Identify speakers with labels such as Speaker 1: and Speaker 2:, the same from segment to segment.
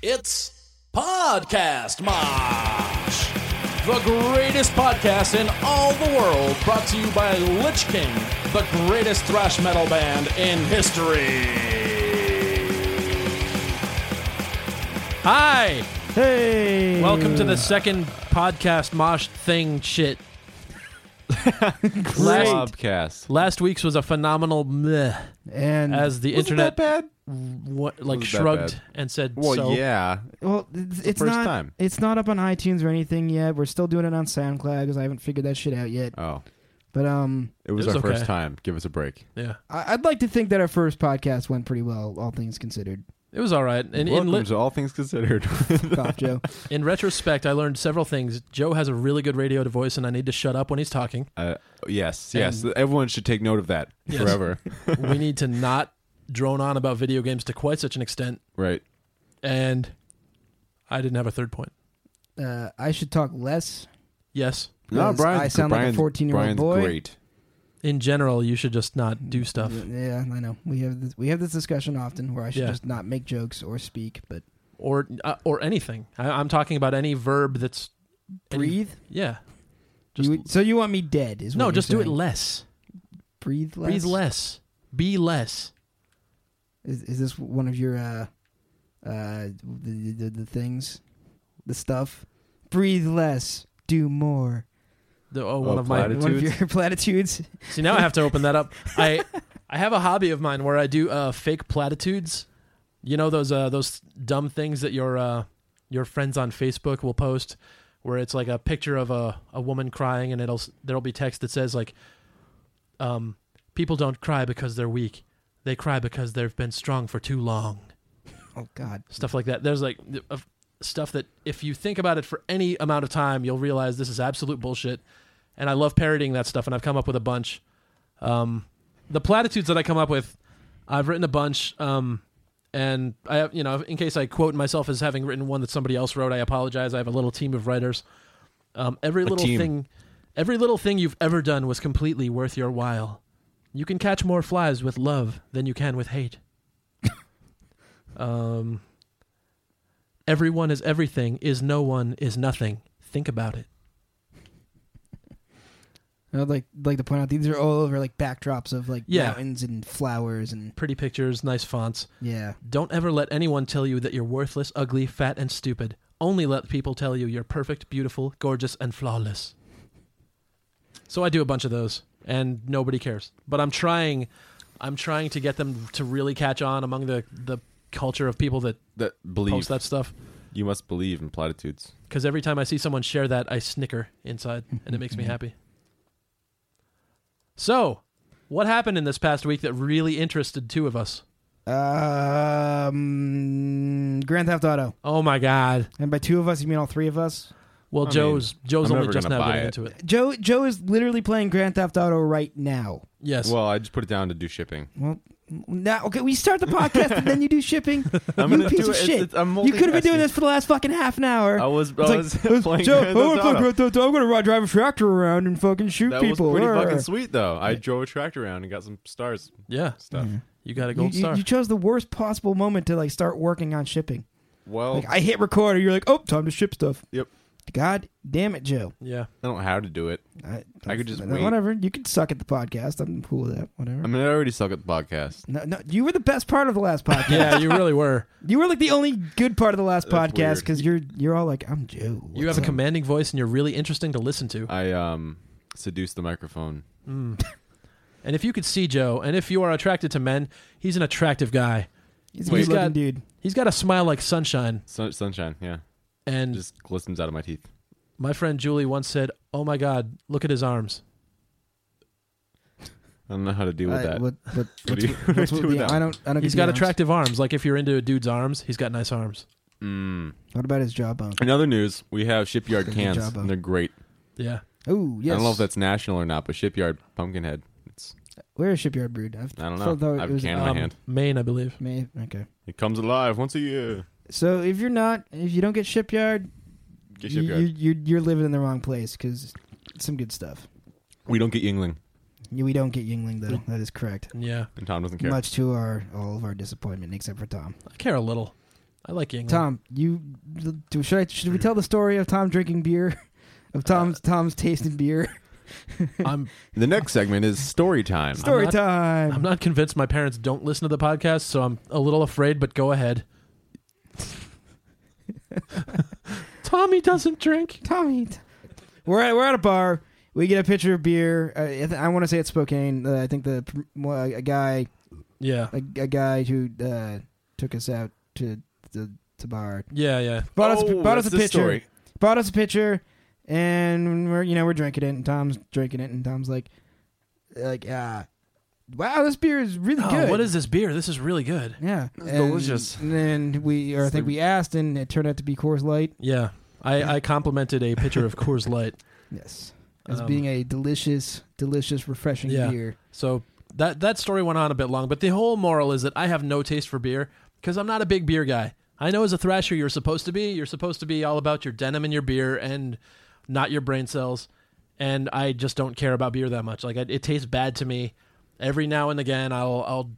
Speaker 1: It's Podcast Mosh, the greatest podcast in all the world, brought to you by Lich King, the greatest thrash metal band in history.
Speaker 2: Hi,
Speaker 3: Hey.
Speaker 2: welcome to the
Speaker 3: Hmm.
Speaker 2: second podcast mosh thing shit. last,
Speaker 3: Bobcast.
Speaker 2: last week's was a phenomenal meh
Speaker 4: And
Speaker 2: as the
Speaker 3: Wasn't
Speaker 2: internet
Speaker 3: that bad?
Speaker 2: what,
Speaker 3: Wasn't
Speaker 2: like
Speaker 3: that
Speaker 2: shrugged
Speaker 3: bad.
Speaker 2: and said,
Speaker 3: Well,
Speaker 2: so.
Speaker 3: yeah.
Speaker 4: well, it's, it's
Speaker 3: first
Speaker 4: not
Speaker 3: time.
Speaker 4: it's not up on iTunes or anything yet. We're still doing it on SoundCloud because I haven't figured that shit out yet.
Speaker 3: Oh,
Speaker 4: But um,
Speaker 3: it was,
Speaker 2: was
Speaker 3: our
Speaker 2: okay.
Speaker 3: first time. Give us a break.
Speaker 2: yeah,
Speaker 4: I- I'd like to think that our first podcast went pretty well, all things considered.
Speaker 2: it was all right. And in,
Speaker 3: Welcome
Speaker 2: li-
Speaker 3: to All Things Considered.
Speaker 4: Cough, Joe.
Speaker 2: in retrospect, I learned several things. Joe has a really good radio to voice, and I need to shut up when he's talking.
Speaker 3: uh, yes, yes. Everyone should take note of that
Speaker 2: Yes.
Speaker 3: forever.
Speaker 2: we need to not drone on about video games to quite such an extent.
Speaker 3: right.
Speaker 2: And I didn't have a third point.
Speaker 4: Uh, I should talk less.
Speaker 2: Yes,
Speaker 3: No,
Speaker 4: Yes,
Speaker 3: Brian.
Speaker 4: I sound like a
Speaker 3: Brian's,
Speaker 4: 14-year-old
Speaker 3: Brian's
Speaker 4: boy.
Speaker 3: Great.
Speaker 2: in general, you should just not do stuff.
Speaker 4: Yeah, I know. We have this, we have this discussion often where I should
Speaker 2: Yeah.
Speaker 4: just not make jokes or speak, but
Speaker 2: or uh, or anything. I, I'm talking about any verb that's any-
Speaker 4: breathe.
Speaker 2: yeah, just
Speaker 4: You would- so you want me dead? Is what
Speaker 2: no,
Speaker 4: you're
Speaker 2: just do it
Speaker 4: saying.
Speaker 2: less.
Speaker 4: Breathe less.
Speaker 2: Breathe less. Be less.
Speaker 4: Is, is this one of your uh, uh, the, the the things, the stuff? Breathe less, do more.
Speaker 2: The, oh,
Speaker 3: Oh,
Speaker 2: one of my.
Speaker 3: platitude.
Speaker 4: One of
Speaker 3: Platitudes?
Speaker 4: your platitudes.
Speaker 2: See, now I have to open that up. I I have a hobby of mine where I do uh, fake platitudes. You know those uh, those dumb things that your uh, your friends on Facebook will post, where it's like a picture of a, a woman crying, and it'll s- there'll be text that says like, um, people don't cry because they're weak, they cry because they've been strong for too long.
Speaker 4: Oh God.
Speaker 2: stuff like that. There's like th- of stuff that if you think about it for any amount of time, you'll realize this is absolute bullshit. And I love parodying that stuff, and I've come up with a bunch. Um, the platitudes that I come up with, I've written a bunch. Um, and I have, you know, in case I quote myself as having written one that somebody else wrote, I apologize. I have a little team of writers. Um, every little
Speaker 3: team.
Speaker 2: thing, every little thing you've ever done was completely worth your while. You can catch more flies with love than you can with hate. um, everyone is everything, is no one, is nothing. Think about it.
Speaker 4: I'd like like to point out these are all over like backdrops of like
Speaker 2: Yeah.
Speaker 4: mountains and flowers and
Speaker 2: Pretty pictures, nice fonts.
Speaker 4: yeah.
Speaker 2: Don't ever let anyone tell you that you're worthless, ugly, fat, and stupid. Only let people tell you you're perfect, beautiful, gorgeous, and flawless. So I do a bunch of those, and nobody cares. But I'm trying, I'm trying to get them to really catch on among the the culture of people that
Speaker 3: That believe
Speaker 2: post that stuff.
Speaker 3: you must believe in platitudes.
Speaker 2: Because every time I see someone share that, I snicker inside, and it makes me happy. So, what happened in this past week that really interested two of us?
Speaker 4: Um, Grand Theft Auto,
Speaker 2: Oh my God!
Speaker 4: and by two of us you mean all three of us.
Speaker 2: Well,
Speaker 3: I
Speaker 2: Joe's Joe's
Speaker 3: I'm
Speaker 2: only
Speaker 3: never
Speaker 2: just
Speaker 3: gonna
Speaker 2: now
Speaker 3: buy
Speaker 2: getting
Speaker 3: it.
Speaker 2: into it.
Speaker 4: Joe Joe is literally playing Grand Theft Auto right now.
Speaker 2: Yes.
Speaker 3: Well, I just put it down to do shipping.
Speaker 4: Well, now okay, we start the podcast and then you do shipping.
Speaker 3: I'm
Speaker 4: you
Speaker 3: gonna
Speaker 4: piece
Speaker 3: do
Speaker 4: of
Speaker 3: it. It's-
Speaker 4: shit.
Speaker 3: it's- I'm
Speaker 4: you could have been doing
Speaker 3: multitasking.
Speaker 4: this for the last fucking half an hour.
Speaker 3: I was. I was
Speaker 4: It's like, "Oh,
Speaker 3: playing
Speaker 4: Joe,
Speaker 3: Grand
Speaker 4: I wanna
Speaker 3: Theft
Speaker 4: play
Speaker 3: Auto.
Speaker 4: Grand Theft Auto. I'm gonna ride, drive a tractor around and fucking shoot
Speaker 3: That was
Speaker 4: people.
Speaker 3: pretty
Speaker 4: Arr.
Speaker 3: fucking sweet, though. I drove a tractor around and got some stars
Speaker 2: yeah.
Speaker 3: stuff.
Speaker 2: You got a
Speaker 4: You,
Speaker 2: gold
Speaker 4: you,
Speaker 2: star.
Speaker 4: you chose the worst possible moment to like start working on shipping.
Speaker 3: Well,
Speaker 4: Like I hit record, and you're like, "Oh, time to ship stuff."
Speaker 3: Oh. Yep.
Speaker 4: God damn it, Joe.
Speaker 2: yeah.
Speaker 3: I don't know how to do it.
Speaker 4: I,
Speaker 3: I could just
Speaker 4: uh,
Speaker 3: wait.
Speaker 4: whatever. You could suck at the podcast. I'm cool with that. Whatever.
Speaker 3: I mean, I already suck at the podcast.
Speaker 4: no, no, you were the best part of the last podcast.
Speaker 2: Yeah, you really were.
Speaker 4: You were like the only good part of the last
Speaker 3: That's
Speaker 4: podcast
Speaker 3: weird.
Speaker 4: because you're you're all like, "I'm Joe."
Speaker 2: You have
Speaker 4: What's
Speaker 2: a
Speaker 4: up?"
Speaker 2: commanding voice and you're really interesting to listen to.
Speaker 3: I um seduced the microphone.
Speaker 2: Mm. and if you could see Joe, and if you are attracted to men, he's an attractive guy.
Speaker 4: He's a
Speaker 2: Wait.
Speaker 4: good looking
Speaker 2: He's got-
Speaker 4: dude.
Speaker 2: He's got a smile like sunshine
Speaker 3: Sun- sunshine, yeah,
Speaker 2: and
Speaker 3: just glistens out of my teeth.
Speaker 2: My friend Julie once said, "Oh my God, look at his arms."
Speaker 3: I don't know how to deal with
Speaker 4: I,
Speaker 3: that.
Speaker 4: what, what,
Speaker 3: do
Speaker 4: what's
Speaker 3: you-
Speaker 4: with- what's
Speaker 3: what do
Speaker 4: with
Speaker 3: you
Speaker 4: the-
Speaker 3: do
Speaker 4: I don't. I don't.
Speaker 2: He's
Speaker 4: get
Speaker 2: got
Speaker 4: the arms.
Speaker 2: attractive arms. Like if you're into a dude's arms, he's got nice arms.
Speaker 3: Mm.
Speaker 4: What about his jawbone?
Speaker 3: In other news, we have Shipyard
Speaker 4: Good
Speaker 3: cans.
Speaker 4: job, Bo.
Speaker 3: and they're great.
Speaker 2: Yeah,
Speaker 4: Oh yes.
Speaker 3: I don't know if that's national or not, but Shipyard Pumpkinhead. It's
Speaker 4: Where is Shipyard Brewed? I've,
Speaker 3: I don't know.
Speaker 4: felt though
Speaker 3: I have
Speaker 4: it
Speaker 3: a
Speaker 4: was-
Speaker 3: can in
Speaker 2: um,
Speaker 3: my hand.
Speaker 2: Maine, I believe.
Speaker 4: May, okay.
Speaker 3: It comes alive once a year.
Speaker 4: So if you're not, if you don't get Shipyard,
Speaker 3: Get
Speaker 4: you-
Speaker 3: Shipyard.
Speaker 4: You, you're you're living in the wrong place because some good stuff.
Speaker 3: we don't get Yingling,
Speaker 4: Yeah, We don't get Yingling though. That is correct.
Speaker 2: Yeah,
Speaker 3: and Tom doesn't care.
Speaker 4: Much to our all of our disappointment, except for Tom.
Speaker 2: I care a little. I like England.
Speaker 4: Tom, you do, should I should we tell the story of Tom drinking beer, of Tom's Tom's tasting beer?
Speaker 2: I'm
Speaker 3: The next segment is story time.
Speaker 4: Story
Speaker 2: not-
Speaker 4: time.
Speaker 2: I'm not convinced my parents don't listen to the podcast, so I'm a little afraid. But go ahead. Tommy doesn't drink.
Speaker 4: Tommy. t- We're at, we're at a bar. We get a pitcher of beer. Uh, I, th- I want to say it's Spokane. Uh, I think the pr- mo- a guy
Speaker 2: Yeah,
Speaker 4: a, a guy who uh, took us out to the to bar
Speaker 2: yeah, yeah.
Speaker 4: bought us
Speaker 3: Oh,
Speaker 4: bought us a
Speaker 3: that's this
Speaker 4: pitcher.
Speaker 3: story.
Speaker 4: Bought us a pitcher, and we're you know we're drinking it, and Tom's drinking it, and Tom's like, like uh, wow, this beer is really
Speaker 2: Oh,
Speaker 4: good.
Speaker 2: what is this beer? This is really good.
Speaker 4: yeah, and,
Speaker 3: delicious.
Speaker 4: And then we, or I
Speaker 3: It's
Speaker 4: think
Speaker 3: the-
Speaker 4: we asked, and it turned out to be Coors Light.
Speaker 2: Yeah, I, I complimented a picture of Coors Light.
Speaker 4: Yes, as
Speaker 2: Um,
Speaker 4: being a delicious, delicious, refreshing
Speaker 2: Yeah.
Speaker 4: beer.
Speaker 2: So that that story went on a bit long, but the whole moral is that I have no taste for beer because I'm not a big beer guy. I know as a thrasher you're supposed to be. You're supposed to be all about your denim and your beer and not your brain cells. And I just don't care about beer that much. Like I, it tastes bad to me. Every now and again, I'll I'll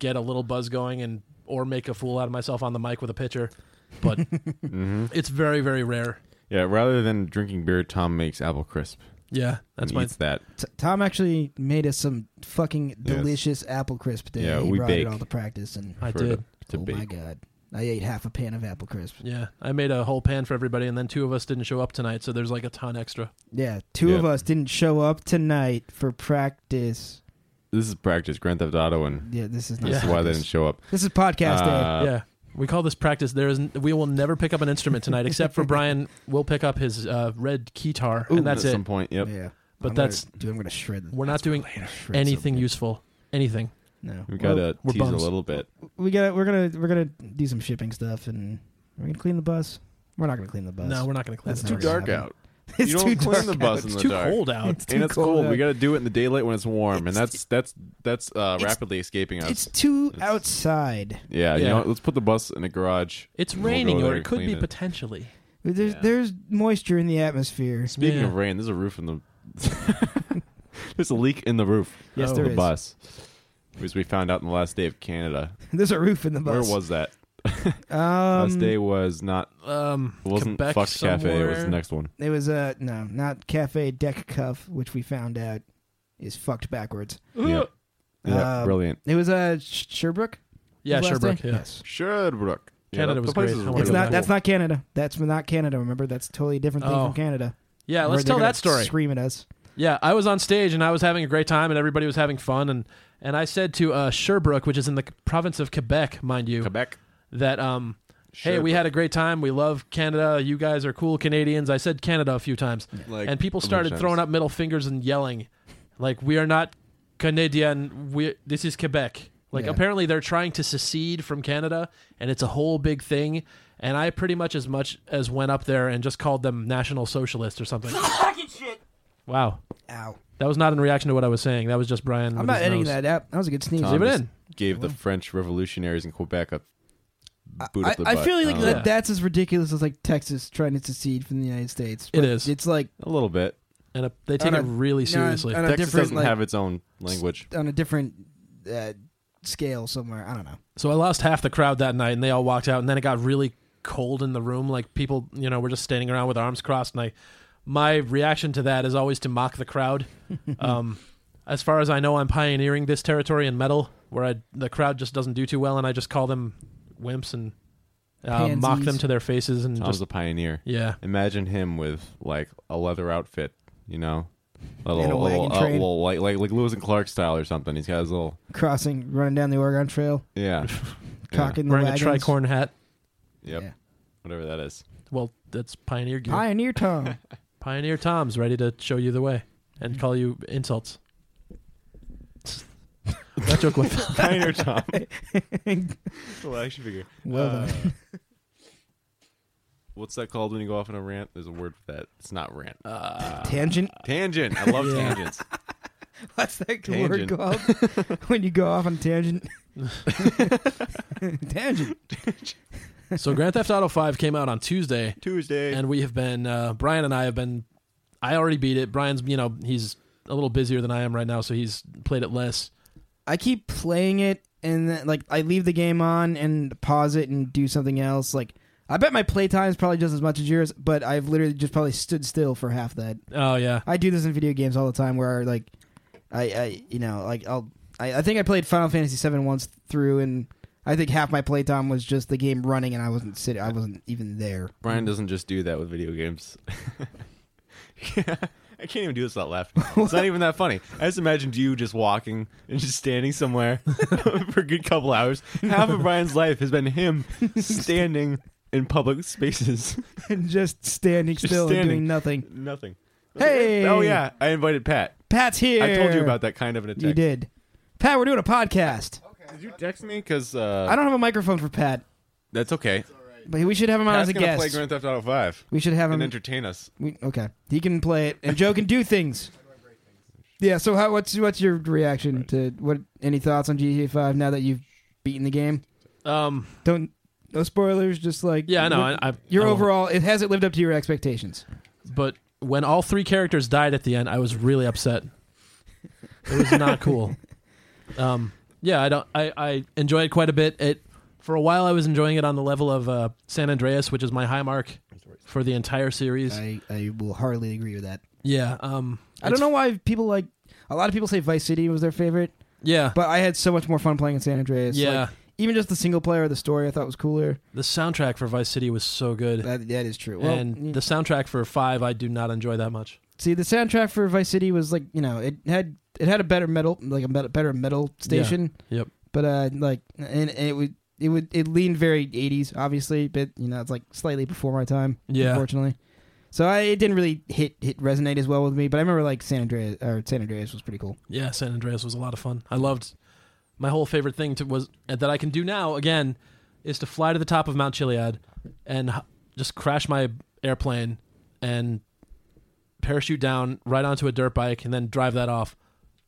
Speaker 2: get a little buzz going and or make a fool out of myself on the mic with a pitcher, but it's very very rare.
Speaker 3: Mm-hmm. Yeah, rather than drinking beer, Tom makes apple crisp.
Speaker 2: Yeah, that's
Speaker 3: and
Speaker 2: my
Speaker 3: eats that.
Speaker 4: T- Tom actually made us some fucking
Speaker 3: Yes.
Speaker 4: delicious apple crisp. Day.
Speaker 3: Yeah,
Speaker 4: he
Speaker 3: we
Speaker 4: brought
Speaker 3: bake.
Speaker 4: it all to practice, and
Speaker 2: I
Speaker 3: for
Speaker 2: did.
Speaker 3: To, to
Speaker 4: oh
Speaker 3: bake.
Speaker 4: my god, I ate half a pan of apple crisp.
Speaker 2: Yeah, I made a whole pan for everybody, and then two of us didn't show up tonight, so there's like a ton extra.
Speaker 4: Yeah, two
Speaker 3: Yeah.
Speaker 4: of us didn't show up tonight for practice.
Speaker 3: This is practice. Grand Theft Auto, and
Speaker 4: Yeah, this is not.
Speaker 3: that's
Speaker 2: Yeah.
Speaker 3: Mm. why they
Speaker 4: practice.
Speaker 3: didn't show up.
Speaker 4: This is podcast day.
Speaker 3: Uh,
Speaker 2: yeah, we call this practice. There is n- we will never pick up an instrument tonight, except for Brian. will pick up his uh, red guitar,
Speaker 3: ooh,
Speaker 2: and that's
Speaker 3: at
Speaker 2: it.
Speaker 3: some point. Yep.
Speaker 4: Yeah,
Speaker 2: But
Speaker 4: I'm
Speaker 2: that's-
Speaker 4: gonna, dude. I'm gonna shred.
Speaker 2: We're not doing
Speaker 4: shred
Speaker 2: anything
Speaker 4: something.
Speaker 2: useful. Anything.
Speaker 4: No,
Speaker 3: We got to
Speaker 2: we're
Speaker 3: tease
Speaker 2: bums.
Speaker 3: a little bit.
Speaker 4: we got. We're gonna. We're gonna do some shipping stuff, and we're gonna clean the bus. We're not gonna clean the bus.
Speaker 2: No, we're not going to clean
Speaker 4: That's
Speaker 2: the
Speaker 4: too
Speaker 2: bus.
Speaker 4: dark happen. out. it's
Speaker 3: you don't
Speaker 4: too
Speaker 3: clean
Speaker 4: dark
Speaker 3: the bus
Speaker 4: out.
Speaker 3: in
Speaker 2: It's
Speaker 3: the
Speaker 2: too
Speaker 3: dark.
Speaker 2: cold out.
Speaker 4: It's
Speaker 3: and
Speaker 4: too
Speaker 3: it's cold.
Speaker 4: out.
Speaker 3: We got to do it in the daylight when it's warm, and
Speaker 4: It's-
Speaker 3: that's that's that's uh,
Speaker 4: it's-
Speaker 3: rapidly escaping us.
Speaker 4: It's too
Speaker 3: It's-
Speaker 4: outside.
Speaker 3: yeah, you
Speaker 2: Yeah.
Speaker 3: know, what? let's put the bus in the garage.
Speaker 2: It's
Speaker 3: and we'll go
Speaker 2: raining,
Speaker 3: there
Speaker 2: or it
Speaker 3: and
Speaker 2: could
Speaker 3: clean
Speaker 2: be
Speaker 3: it.
Speaker 2: potentially.
Speaker 4: There's
Speaker 3: Yeah.
Speaker 4: there's moisture in the atmosphere.
Speaker 3: Speaking
Speaker 2: Yeah.
Speaker 3: of rain, there's a roof in the. there's a leak in the roof.
Speaker 4: Yes,
Speaker 2: Oh.
Speaker 3: of
Speaker 4: there
Speaker 3: the
Speaker 4: is.
Speaker 3: bus. As we found out in the last day of Canada.
Speaker 4: There's a roof in the bus.
Speaker 3: Where was that?
Speaker 4: um,
Speaker 3: last day was not
Speaker 2: Um,
Speaker 3: wasn't
Speaker 2: Quebec
Speaker 3: Fuck
Speaker 2: somewhere.
Speaker 3: Cafe. It was the next one.
Speaker 4: It was uh no, not Cafe Deck Cuff, which we found out is fucked backwards.
Speaker 3: Yeah, yeah
Speaker 4: Uh,
Speaker 3: brilliant.
Speaker 4: It was uh Sh- Sherbrooke.
Speaker 2: Yeah,
Speaker 4: was last
Speaker 2: Sherbrooke.
Speaker 4: day?
Speaker 2: Yeah.
Speaker 4: Yes.
Speaker 3: Sherbrooke.
Speaker 2: Canada was great. I wanna
Speaker 4: It's
Speaker 2: go
Speaker 4: not.
Speaker 2: back.
Speaker 4: That's not Canada. That's not Canada. Remember, that's a totally different thing
Speaker 2: Oh.
Speaker 4: from Canada.
Speaker 2: Yeah,
Speaker 4: Where
Speaker 2: let's
Speaker 4: they're
Speaker 2: tell
Speaker 4: gonna
Speaker 2: that story.
Speaker 4: Scream at us.
Speaker 2: Yeah, I was on stage and I was having a great time and everybody was having fun and and I said to uh, Sherbrooke, which is in the c- province of Quebec, mind you,
Speaker 3: Quebec.
Speaker 2: that um, hey, we had a great time. We love Canada. You guys are cool Canadians. I said Canada a few times,
Speaker 3: Like,
Speaker 2: and people
Speaker 3: a bunch
Speaker 2: started
Speaker 3: times.
Speaker 2: throwing up middle fingers and yelling, like we are not Canadian. We this is Quebec. Like
Speaker 4: Yeah.
Speaker 2: apparently they're trying to secede from Canada and it's a whole big thing. And I pretty much as much as went up there and just called them national socialist or something. Wow.
Speaker 4: Ow!
Speaker 2: That was not in reaction to what I was saying. That was just Brian.
Speaker 4: I'm not editing that out. That was a good sneeze.
Speaker 3: Tom
Speaker 2: Leave it
Speaker 3: just
Speaker 2: in.
Speaker 3: Gave the French revolutionaries in Quebec a boot
Speaker 4: I,
Speaker 3: up the
Speaker 4: I
Speaker 3: butt.
Speaker 4: feel like
Speaker 2: Oh,
Speaker 3: don't
Speaker 4: that,
Speaker 3: know.
Speaker 4: that's as ridiculous as like Texas trying to secede from the United States.
Speaker 2: It
Speaker 4: But
Speaker 2: is.
Speaker 4: It's like
Speaker 3: a little bit.
Speaker 2: And uh, they take
Speaker 4: On
Speaker 2: it
Speaker 4: a-
Speaker 2: really
Speaker 4: no, on-
Speaker 2: seriously.
Speaker 4: on a
Speaker 3: Texas
Speaker 4: different,
Speaker 3: doesn't
Speaker 4: like,
Speaker 3: have its own language.
Speaker 4: on a different uh, scale somewhere. I don't know.
Speaker 2: so I lost half the crowd that night, and they all walked out. And then it got really cold in the room. Like people, you know, were just standing around with arms crossed. And I, my reaction to that is always to mock the crowd. um, as far as I know, I'm pioneering this territory in metal, where I, the crowd just doesn't do too well, and I just call them wimps and uh, mock
Speaker 4: Pansies.
Speaker 2: them to their faces and
Speaker 3: Tom's
Speaker 2: just
Speaker 3: a pioneer.
Speaker 2: yeah.
Speaker 3: Imagine him with like a leather outfit, you know, a little,
Speaker 4: And a wagon
Speaker 3: little,
Speaker 4: train.
Speaker 3: little like like like Lewis and Clark style or something. He's got his little
Speaker 4: Crossing, running down the Oregon Trail,
Speaker 3: yeah,
Speaker 4: cocking the
Speaker 2: Wearing a
Speaker 4: wagons.
Speaker 2: tricorn hat.
Speaker 3: yeah. Yep.
Speaker 4: Yeah.
Speaker 3: whatever that is.
Speaker 2: Well, that's pioneer gear.
Speaker 4: Pioneer Tom.
Speaker 2: Pioneer Tom's ready to show you the way and
Speaker 4: Mm-hmm.
Speaker 2: call you insults. that joke went.
Speaker 3: Pioneer Tom. Little action figure. Uh,
Speaker 4: Well done.
Speaker 3: What's that called when you go off on a rant? There's a word for that. It's not rant.
Speaker 4: Ah. Tangent.
Speaker 3: tangent. I love
Speaker 2: Yeah.
Speaker 3: tangents.
Speaker 4: What's that
Speaker 3: Tangent.
Speaker 4: word called? when you go off on tangent. tangent.
Speaker 2: so Grand Theft Auto 5 came out on Tuesday,
Speaker 3: Tuesday.
Speaker 2: and we have been uh, Brian and I have been. I already beat it. Brian's, you know, he's a little busier than I am right now, so he's played it less.
Speaker 4: I keep playing it and then, like I leave the game on and pause it and do something else. Like I bet my playtime is probably just as much as yours, but I've literally just probably stood still for half that.
Speaker 2: Oh yeah,
Speaker 4: I do this in video games all the time where like I, I you know, like I'll I, I think I played Final Fantasy VII once through and I think half my playtime was just the game running and I wasn't sitting I wasn't even there.
Speaker 3: Brian doesn't just do that with video games. I can't even do this without laughing. It's not even that funny. I just imagined you just walking and just standing somewhere for a good couple hours. Half of Brian's life has been him standing in public spaces.
Speaker 4: and just standing
Speaker 3: Just
Speaker 4: still and
Speaker 3: standing.
Speaker 4: doing nothing.
Speaker 3: Nothing.
Speaker 4: Hey
Speaker 3: Oh yeah, I invited Pat.
Speaker 4: Pat's here.
Speaker 3: I told you about that kind of an attack.
Speaker 4: You did. Pat, we're doing a podcast.
Speaker 3: Did you text me? Because uh,
Speaker 4: I don't have a microphone for Pat.
Speaker 3: That's okay.
Speaker 4: But we should have him on
Speaker 3: Pat's
Speaker 4: as a
Speaker 3: gonna
Speaker 4: guest. Um,
Speaker 3: play Grand Theft Auto Five
Speaker 4: we should have him.
Speaker 3: and entertain us.
Speaker 4: we, okay, he can play it, and Joe can do things. Yeah. So, how, what's what's your reaction to what? Any thoughts on GTA Five now that you've beaten the game?
Speaker 2: um,
Speaker 4: Don't no spoilers. Just like
Speaker 2: yeah, I know.
Speaker 4: what-
Speaker 2: I, I,
Speaker 4: your
Speaker 2: I won't-
Speaker 4: overall, it hasn't lived up to your expectations.
Speaker 2: but when all three characters died at the end, I was really upset. It was not cool. Um, yeah, I don't. I, I enjoy it quite a bit. It for a while I was enjoying it on the level of uh, San Andreas, which is my high mark for the entire series.
Speaker 4: I, I will hardly agree with that.
Speaker 2: yeah. Um,
Speaker 4: I don't know why people like. A lot of people say Vice City was their favorite,
Speaker 2: Yeah.
Speaker 4: but I had so much more fun playing in San Andreas.
Speaker 2: yeah.
Speaker 4: Like, even just the single player, the story I thought was cooler.
Speaker 2: the soundtrack for Vice City was so good.
Speaker 4: That that is true. Well, mm.
Speaker 2: and
Speaker 4: you-
Speaker 2: the soundtrack for Five, I do not enjoy that much.
Speaker 4: See, the soundtrack for Vice City was like you know it had it had a better metal like a bet- better metal station.
Speaker 2: Yep.
Speaker 4: But uh, like and, and it would it would it leaned very eighties obviously, but you know it's like slightly before my time.
Speaker 2: Yeah.
Speaker 4: Unfortunately, so I it didn't really hit hit resonate as well with me. But I remember like San Andreas or San Andreas was pretty cool.
Speaker 2: Yeah, San Andreas was a lot of fun. I loved my whole favorite thing to was that I can do now again is to fly to the top of Mount Chiliad and h- just crash my airplane and parachute down right onto a dirt bike and then drive that off.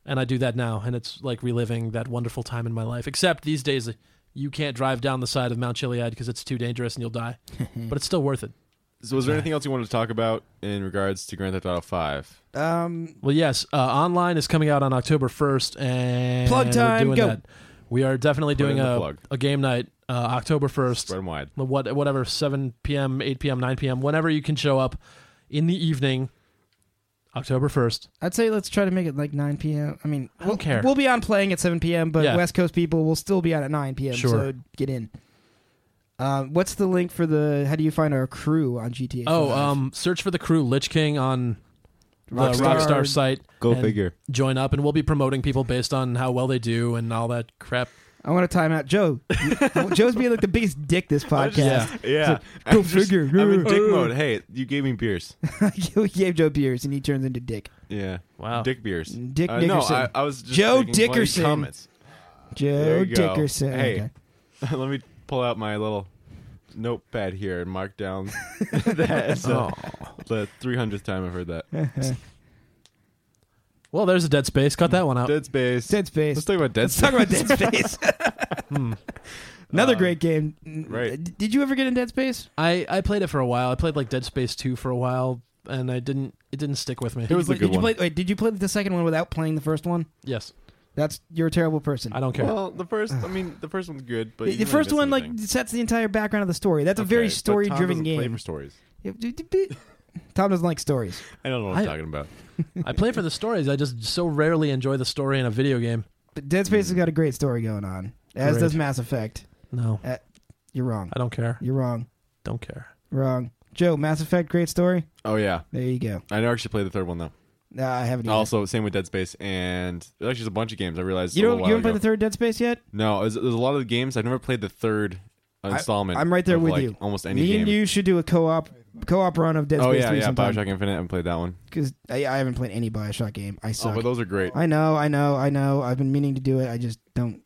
Speaker 2: And I do that now, and it's like reliving that wonderful time in my life. Except these days, you can't drive down the side of Mount Chiliad because it's too dangerous and you'll die. but it's still worth it.
Speaker 3: So, was there anything else you wanted to talk about in regards to Grand Theft Auto Five?
Speaker 4: Um,
Speaker 2: Well, yes, uh, online is coming out on October first, and
Speaker 4: Plug time,
Speaker 2: We're doing
Speaker 4: go.
Speaker 2: That. We are definitely doing
Speaker 3: in the
Speaker 2: a,
Speaker 3: plug.
Speaker 2: a game night uh, October first.
Speaker 3: Spread 'em wide.
Speaker 2: What whatever seven p.m., eight p.m., nine p.m., whenever you can show up in the evening, October first.
Speaker 4: I'd say let's try to make it like nine p.m. I mean,
Speaker 2: don't
Speaker 4: we'll,
Speaker 2: care.
Speaker 4: We'll be on playing at seven p.m., but
Speaker 2: Yeah.
Speaker 4: West Coast people will still be on at nine p.m.
Speaker 2: Sure.
Speaker 4: So get in. Uh, what's the link for the? How do you find our crew on GTA?
Speaker 2: Oh,
Speaker 4: 5?
Speaker 2: um, search for the crew Lich King on the
Speaker 4: Rockstar.
Speaker 2: Rockstar, site. and Join up, and we'll be promoting people based on how well they do and all that crap.
Speaker 4: I want to time out Joe. Joe's being like the biggest dick this podcast.
Speaker 3: Yeah.
Speaker 4: Go
Speaker 3: I'm just-
Speaker 4: figure.
Speaker 3: I'm in dick
Speaker 4: Uh.
Speaker 3: mode. Hey, you gave me beers.
Speaker 4: you gave Joe beers and he turns into dick.
Speaker 3: Yeah.
Speaker 2: Wow.
Speaker 3: Dick beers.
Speaker 4: Dick
Speaker 3: uh, no,
Speaker 4: Dickerson.
Speaker 3: I, I was just
Speaker 4: Joe
Speaker 3: making funny
Speaker 4: Dickerson.
Speaker 3: Comments. There
Speaker 4: Joe
Speaker 3: you go.
Speaker 4: Dickerson.
Speaker 3: Hey,
Speaker 4: Okay.
Speaker 3: let me pull out my little notepad here and mark down that as a- the 300th time I've heard that.
Speaker 4: Uh,
Speaker 2: Well, there's a dead space. Cut that one out.
Speaker 3: Dead Space.
Speaker 4: Dead Space.
Speaker 3: Let's talk about Dead
Speaker 4: Let's
Speaker 3: Space.
Speaker 4: talk about Dead Space. Another great game.
Speaker 3: right.
Speaker 4: D- Did you ever get in Dead Space?
Speaker 2: I I played it for a while. I played like Dead Space two for a while, and I didn't. It didn't stick with me.
Speaker 3: It was
Speaker 4: Did
Speaker 3: a
Speaker 4: you
Speaker 3: good
Speaker 4: play-
Speaker 3: one.
Speaker 4: wait, did you play the second one without playing the first one?
Speaker 2: yes,
Speaker 4: That's you're a terrible person.
Speaker 2: I don't care.
Speaker 3: Well, the first, I mean, the first one's good, but
Speaker 4: The,
Speaker 3: you
Speaker 4: the
Speaker 3: didn't really
Speaker 4: first
Speaker 3: miss
Speaker 4: one like
Speaker 3: anything.
Speaker 4: sets the entire background of the story. That's a very
Speaker 3: Okay, but
Speaker 4: story-driven
Speaker 3: Tom doesn't play
Speaker 4: game.
Speaker 3: for stories.
Speaker 4: Tom doesn't like stories.
Speaker 3: I don't know what
Speaker 2: I-
Speaker 3: I'm talking about.
Speaker 2: I play for the stories. I just so rarely enjoy the story in a video game.
Speaker 4: But Dead Space has got a great story going on, as
Speaker 2: Great.
Speaker 4: does Mass Effect.
Speaker 2: No,
Speaker 4: You're wrong.
Speaker 2: I don't care.
Speaker 4: You're wrong.
Speaker 2: Don't care.
Speaker 4: Wrong. Joe, Mass Effect, great story.
Speaker 3: Oh yeah,
Speaker 4: There you go.
Speaker 3: I never actually played the third one though.
Speaker 4: Nah, I haven't. Either.
Speaker 3: Also, same with Dead Space, and there's actually just a bunch of games. I realized
Speaker 4: you
Speaker 3: a
Speaker 4: don't.
Speaker 3: little
Speaker 4: You
Speaker 3: while
Speaker 4: haven't played
Speaker 3: ago.
Speaker 4: the third Dead Space yet?
Speaker 3: No, there's, there's a lot of games I've never played the third installment.
Speaker 4: I'm right there
Speaker 3: of,
Speaker 4: with
Speaker 3: like,
Speaker 4: you.
Speaker 3: Almost any
Speaker 4: Me
Speaker 3: game.
Speaker 4: and you should do a co-op co-op run of Dead
Speaker 3: oh
Speaker 4: Space
Speaker 3: yeah,
Speaker 4: 3
Speaker 3: yeah.
Speaker 4: sometime.
Speaker 3: Bioshock Infinite. I haven't played that one.
Speaker 4: Because I, I haven't played any Bioshock game. I
Speaker 3: Oh,
Speaker 4: suck.
Speaker 3: but those are great.
Speaker 4: I know, I know, I know. I've been meaning to do it. I just don't.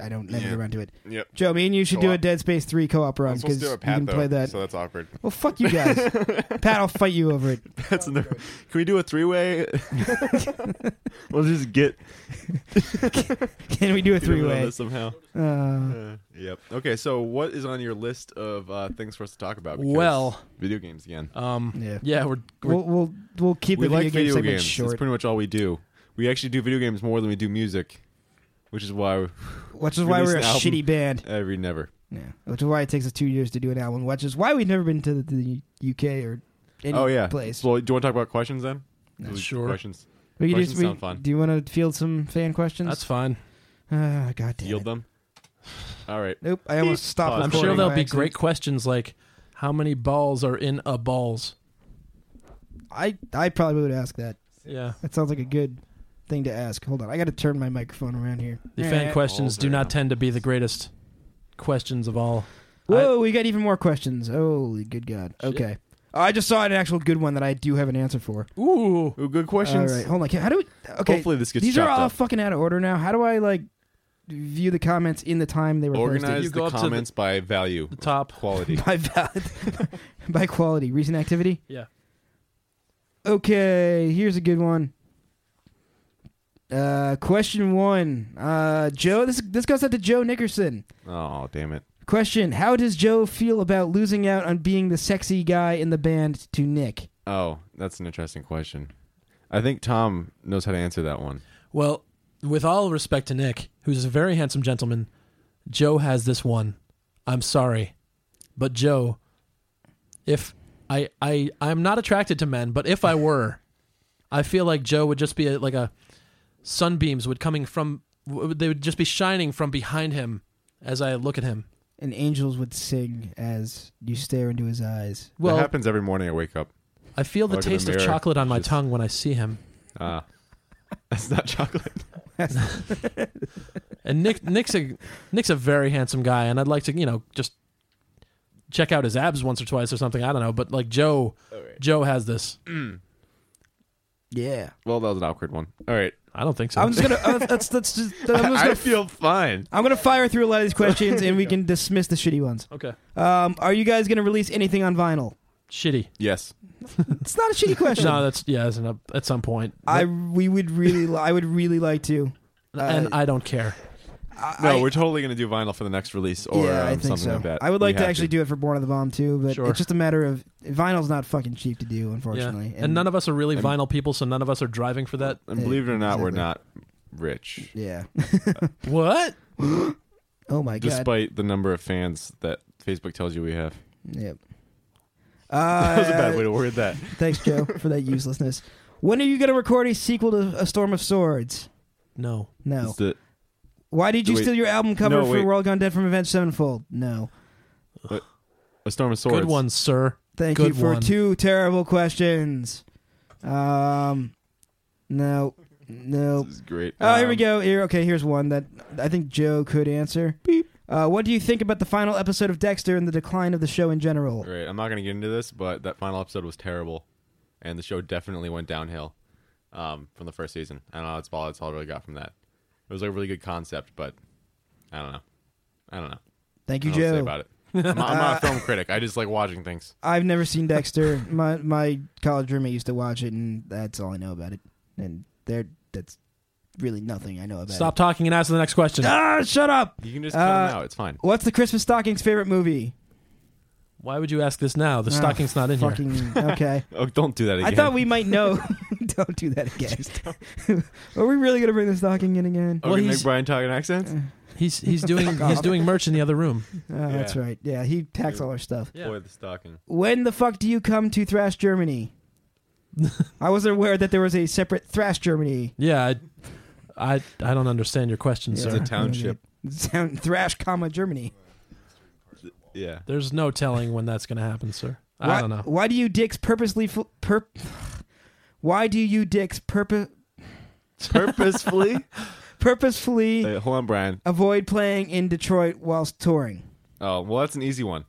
Speaker 4: I don't never
Speaker 3: Yeah.
Speaker 4: get around to it.
Speaker 3: Yep.
Speaker 4: Joe, me and you should do a
Speaker 5: Co-op.
Speaker 4: Dead Space three co-op run
Speaker 5: I'm
Speaker 4: because
Speaker 5: supposed to do
Speaker 4: you
Speaker 5: a Pat
Speaker 4: can
Speaker 5: though,
Speaker 4: play that.
Speaker 5: so that's awkward.
Speaker 4: Well, fuck you guys. Pat, I'll fight you over it.
Speaker 3: That's in the. Can we do a three way? we'll just get
Speaker 4: Can we do a
Speaker 3: get around
Speaker 4: three way?
Speaker 3: this somehow.
Speaker 4: Uh,
Speaker 3: Uh, yep. Okay, so what is on your list of uh, things for us to talk about? Because
Speaker 2: Well-
Speaker 3: video games again.
Speaker 2: Um,
Speaker 4: Yeah.
Speaker 2: yeah. we're, we're
Speaker 4: we'll, we'll we'll keep
Speaker 3: we
Speaker 4: the
Speaker 3: like
Speaker 4: video game
Speaker 3: video
Speaker 4: segment
Speaker 3: games. It's
Speaker 4: short,
Speaker 3: pretty much all we do. We actually do video games more than we do music, which is why we-
Speaker 4: which is why
Speaker 3: release
Speaker 4: we're a
Speaker 3: an album.
Speaker 4: shitty band.
Speaker 3: every never.
Speaker 4: Yeah, which is why it takes us two years to do an album. Which is why we've never been to the, the UK or any
Speaker 3: oh yeah.
Speaker 4: place.
Speaker 3: Well, do you want to talk about questions then?
Speaker 4: No.
Speaker 3: We-
Speaker 2: Sure.
Speaker 3: Questions.
Speaker 4: we could
Speaker 3: questions
Speaker 4: just, we,
Speaker 3: sound fun.
Speaker 4: Do you want to field some fan questions?
Speaker 2: that's fine.
Speaker 4: Ah, God damn
Speaker 3: Yield
Speaker 4: it.
Speaker 3: them. All right.
Speaker 4: Nope, I almost stopped.
Speaker 3: Pause.
Speaker 2: I'm
Speaker 4: recording
Speaker 2: sure there'll
Speaker 4: by
Speaker 2: be
Speaker 4: accident.
Speaker 2: great questions like how many balls are in a balls.
Speaker 4: I I probably would ask that.
Speaker 2: Yeah,
Speaker 4: That sounds like a good thing to ask. Hold on, I got to turn my microphone around here.
Speaker 2: the fan
Speaker 3: Eh. Balls
Speaker 2: questions do
Speaker 3: are
Speaker 2: not
Speaker 3: in a-
Speaker 2: tend to be the greatest questions of all.
Speaker 4: Whoa, we got even more questions. Holy good God. Okay. Oh, I just saw an actual good one that I do have an answer for.
Speaker 2: Ooh,
Speaker 3: Ooh, good
Speaker 4: All
Speaker 3: questions.
Speaker 4: right, hold on. Can- How do we? Okay,
Speaker 3: Hopefully this gets
Speaker 4: these are
Speaker 3: chopped
Speaker 4: all
Speaker 3: up.
Speaker 4: fucking out of order now. How do I like view the comments in the time they were
Speaker 3: Organize
Speaker 2: You go
Speaker 3: the
Speaker 2: up to the-
Speaker 3: comments by value,
Speaker 2: the top.
Speaker 3: quality.
Speaker 4: posted? By valid, by quality, recent activity.
Speaker 2: Yeah.
Speaker 4: Okay, here's a good one. Uh, question one. Uh, Joe, this this goes out to Joe Nickerson.
Speaker 3: oh damn it.
Speaker 4: Question: How does Joe feel about losing out on being the sexy guy in the band to Nick?
Speaker 3: Oh, that's an interesting question. I think Tom knows how to answer that one.
Speaker 2: Well, with all respect to Nick, who's a very handsome gentleman, Joe has this one. I'm sorry, but Joe, if I I I'm not attracted to men, but if I were, I feel like Joe would just be a, like a sunbeams would coming from w- they would just be shining from behind him as I look at him.
Speaker 4: And angels would sing as you stare into his eyes.
Speaker 3: Well, that
Speaker 2: Well,
Speaker 3: happens every morning I wake up.
Speaker 2: I feel the
Speaker 3: Look in the
Speaker 2: taste of
Speaker 3: mirror.
Speaker 2: chocolate on my
Speaker 3: Just-
Speaker 2: tongue when I see him.
Speaker 3: Ah. That's not chocolate.
Speaker 2: And Nick Nick's a Nick's a very handsome guy, and I'd like to you know just check out his abs once or twice or something. I don't know, but like Joe, Joe has this.
Speaker 4: Yeah,
Speaker 3: Well, that was an awkward one. All right.
Speaker 2: I don't think so.
Speaker 4: I'm just gonna. uh, that's, that's just, I'm just
Speaker 3: I
Speaker 4: gonna.
Speaker 3: feel fine.
Speaker 4: I'm gonna fire through a lot of these questions, and we can dismiss the shitty ones.
Speaker 2: okay,
Speaker 4: Um, are you guys gonna release anything on vinyl?
Speaker 2: shitty.
Speaker 3: Yes.
Speaker 4: It's not a shitty question.
Speaker 2: No, that's yeah. That's an, at some point,
Speaker 4: I uh, we would really. Li- I would really like to.
Speaker 2: and I don't care.
Speaker 4: I,
Speaker 3: No,
Speaker 4: I-
Speaker 3: we're totally going to do vinyl for the next release or
Speaker 4: yeah, I
Speaker 3: um,
Speaker 4: think
Speaker 3: something
Speaker 4: so.
Speaker 3: like that.
Speaker 4: I would like
Speaker 3: We
Speaker 4: to
Speaker 3: have
Speaker 4: actually do it for Born of the Bomb too, but
Speaker 2: Sure.
Speaker 4: it's just a matter of vinyl's not fucking cheap to do,
Speaker 2: Yeah.
Speaker 4: unfortunately.
Speaker 2: And, none of us are really vinyl people, so none of us are driving for that.
Speaker 3: And believe it or not, we're
Speaker 4: Exactly.
Speaker 3: not rich,
Speaker 4: yeah.
Speaker 2: What?
Speaker 4: Oh my god.
Speaker 3: despite the number of fans that Facebook tells you we have.
Speaker 4: Yep.
Speaker 3: That was a
Speaker 4: Uh,
Speaker 3: bad way to word that.
Speaker 4: Thanks, Joe, for that uselessness. When are you going to record a sequel to A Storm of Swords?
Speaker 2: No.
Speaker 4: No.
Speaker 3: It's the-
Speaker 4: Why did you
Speaker 3: Wait.
Speaker 4: steal your album cover
Speaker 3: No,
Speaker 4: for
Speaker 3: wait.
Speaker 4: World Gone Dead from Avenged Sevenfold? No.
Speaker 3: a storm of swords.
Speaker 2: Good one, sir.
Speaker 4: Thank
Speaker 2: Good
Speaker 4: you for
Speaker 2: one.
Speaker 4: two terrible questions. Um, no, no.
Speaker 3: This is great.
Speaker 4: Oh, here we
Speaker 3: Um,
Speaker 4: go. Here, okay, here's one that I think Joe could answer. Uh, what do you think about the final episode of Dexter and the decline of the show in general?
Speaker 3: All right, I'm not going to get into this, but that final episode was terrible, and the show definitely went downhill um, from the first season. I don't know. That's all. That's all I really got from that. It was a really good concept, but I don't know. I don't know.
Speaker 4: Thank
Speaker 3: I
Speaker 4: you,
Speaker 3: don't know what to
Speaker 4: Joe.
Speaker 3: say about it. I'm not, I'm not a film critic. I just like watching things.
Speaker 4: I've never seen Dexter. my my college roommate used to watch it, and that's all I know about it. And there, that's really nothing I know about.
Speaker 2: Stop
Speaker 4: It.
Speaker 2: talking and ask the next question.
Speaker 4: Ah, shut up.
Speaker 3: You can just
Speaker 4: Uh,
Speaker 3: cut them out. It's fine.
Speaker 4: What's the Christmas stocking's favorite movie?
Speaker 2: Why would you ask this now? The stocking's not in here.
Speaker 4: Ah, fucking, Okay.
Speaker 3: Oh, don't do that again.
Speaker 4: I thought we might know. Don't do that again. Are we really gonna bring the stocking in again?
Speaker 3: Are
Speaker 2: Well,
Speaker 3: we gonna
Speaker 2: he's-
Speaker 3: make Brian talk in accents?
Speaker 2: He's he's doing
Speaker 4: Fuck
Speaker 2: he's
Speaker 4: off.
Speaker 2: doing merch in the other room.
Speaker 4: Oh, That's
Speaker 3: Yeah.
Speaker 4: right. Yeah, he packs all our stuff.
Speaker 2: Yeah.
Speaker 3: Boy, the stocking.
Speaker 4: When the fuck do you come to Thrash Germany? I wasn't aware that there was a separate Thrash Germany.
Speaker 2: Yeah, I, I I don't understand your question,
Speaker 4: Yeah.
Speaker 2: sir.
Speaker 3: It's a township.
Speaker 4: Sound Thrash, comma Germany.
Speaker 3: Yeah.
Speaker 2: There's no telling when that's going to happen, sir.
Speaker 4: why,
Speaker 2: I don't know.
Speaker 4: Why do you dicks purposely fl- perp? Why do you dicks purpo-
Speaker 3: Purposefully.
Speaker 4: purposefully
Speaker 3: hold on, Brian.
Speaker 4: avoid playing in Detroit whilst touring?
Speaker 3: Oh, well, that's an easy one.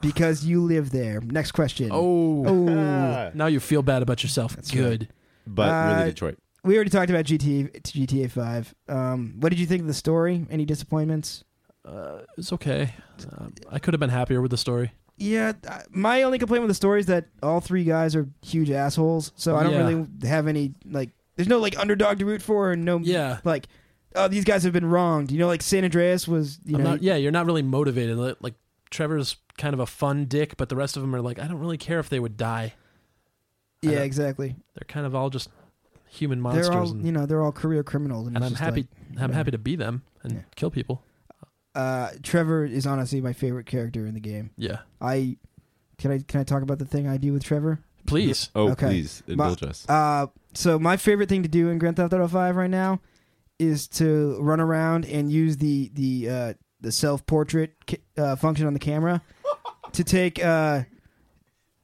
Speaker 4: because you live there. Next question.
Speaker 2: Oh,
Speaker 4: Ooh.
Speaker 2: now you feel bad about yourself. Good.
Speaker 3: Ah. But
Speaker 4: Uh,
Speaker 3: really, Detroit.
Speaker 4: we already talked about GTA GTA Five. Um, what did you think of the story? Any disappointments?
Speaker 2: Uh, it's okay. Um, I could have been happier with the story.
Speaker 4: Yeah, th- my only complaint with the story is that all three guys are huge assholes. So I don't
Speaker 2: Yeah.
Speaker 4: really have any like. There's no like underdog to root for, and no
Speaker 2: Yeah.
Speaker 4: like. Oh, these guys have been wronged. You know, like San Andreas was. You
Speaker 2: I'm
Speaker 4: know,
Speaker 2: not, yeah, you're not really motivated. Li- Like Trevor's kind of a fun dick, but the rest of them are like, I don't really care if they would die. I
Speaker 4: yeah,
Speaker 2: don't-
Speaker 4: exactly.
Speaker 2: They're kind of all just human monsters,
Speaker 4: they're all
Speaker 2: and,
Speaker 4: you know they're all career criminals, and,
Speaker 2: and
Speaker 4: it's
Speaker 2: I'm
Speaker 4: just
Speaker 2: happy. I'm
Speaker 4: whatever.
Speaker 2: happy to be them and
Speaker 4: Yeah.
Speaker 2: kill people.
Speaker 4: like- uh, Trevor is honestly my favorite character in the game.
Speaker 2: Yeah,
Speaker 4: I can I can I talk about the thing I do with Trevor?
Speaker 2: please.
Speaker 3: Oh,
Speaker 4: okay.
Speaker 3: please
Speaker 4: My-
Speaker 3: indulge us.
Speaker 4: Uh, so my favorite thing to do in Grand Theft Auto Five right now is to run around and use the the uh, the self portrait uh, function on the camera to take uh,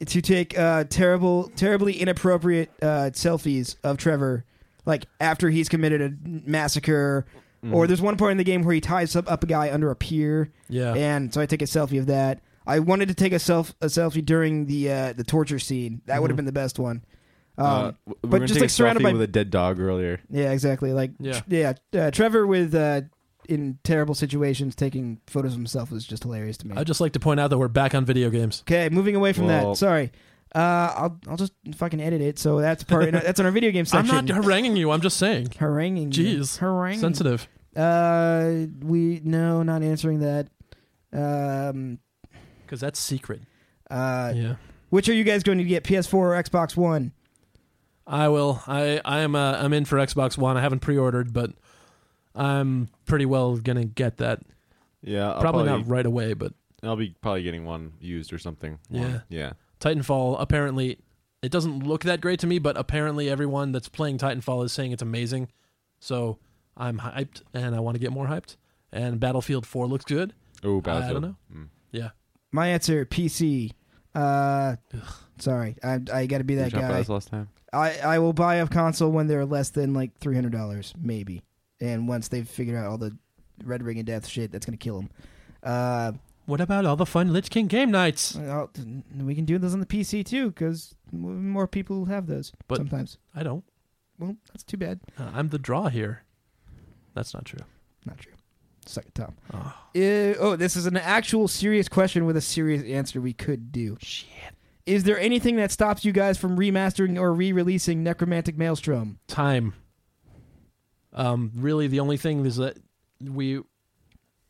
Speaker 4: to take uh, terrible terribly inappropriate uh, selfies of Trevor, like after he's committed a massacre. Or there's one part in the game where he ties up, up a guy under a pier,
Speaker 2: Yeah,
Speaker 4: and so I take a selfie of that. I wanted to take a self a selfie during the uh, the torture scene. That would have been the best one. Um,
Speaker 3: Uh, w- we
Speaker 4: but
Speaker 3: were
Speaker 4: just,
Speaker 3: gonna take
Speaker 4: like,
Speaker 3: a
Speaker 4: surrounded
Speaker 3: selfie
Speaker 4: by-
Speaker 3: with a dead dog earlier.
Speaker 4: yeah, exactly. Like
Speaker 2: Yeah.
Speaker 4: tr- yeah. Uh, Trevor with uh, in terrible situations taking photos of himself was just hilarious to me.
Speaker 2: I'd just like to point out that we're back on video games.
Speaker 4: okay, moving away from
Speaker 3: Well-
Speaker 4: that. Sorry. Uh, I'll I'll just fucking edit it. So that's part. that's on our video game section.
Speaker 2: I'm not haranguing you. I'm just saying.
Speaker 4: haranguing. you.
Speaker 2: Jeez.
Speaker 4: haranguing.
Speaker 2: Sensitive.
Speaker 4: Uh, we no, not answering that. Um,
Speaker 2: Because that's secret.
Speaker 4: uh,
Speaker 2: yeah.
Speaker 4: which are you guys going to get? PS4 or Xbox One?
Speaker 2: I will. I I am uh, I'm in for Xbox One. I haven't pre-ordered, but I'm pretty well gonna get that.
Speaker 3: Yeah, I'll
Speaker 2: probably, not right away, but
Speaker 3: I'll be probably getting one used or something.
Speaker 2: Yeah.
Speaker 3: One- yeah.
Speaker 2: Titanfall apparently it doesn't look that great to me, but apparently everyone that's playing Titanfall is saying it's amazing. So I'm hyped, and I want to get more hyped. And Battlefield Four looks good.
Speaker 3: Oh,
Speaker 2: I
Speaker 3: Battlefield.
Speaker 2: don't know.
Speaker 3: Mm.
Speaker 2: Yeah,
Speaker 4: My answer PC. Uh, sorry, I I got to be
Speaker 3: Did
Speaker 4: that
Speaker 3: you talk about
Speaker 4: guy.
Speaker 3: this last time?
Speaker 4: I I will buy a console when they're less than like three hundred dollars, maybe. And once they've figured out all the Red Ring and Death shit, that's gonna kill them. Uh,
Speaker 2: What about all the fun Lich King game nights?
Speaker 4: I'll- we can do those on the PC too, because more people have those
Speaker 2: But-
Speaker 4: sometimes.
Speaker 2: I don't.
Speaker 4: Well, that's too bad.
Speaker 2: Uh, I'm the draw here. That's not true.
Speaker 4: Not true. Suck it, Tom.
Speaker 2: Oh.
Speaker 4: Eh, oh, this is an actual serious question with a serious answer we could do.
Speaker 2: Shit.
Speaker 4: Is there anything that stops you guys from remastering or re-releasing Necromantic Maelstrom?
Speaker 2: Time. Um. Really, the only thing is that we.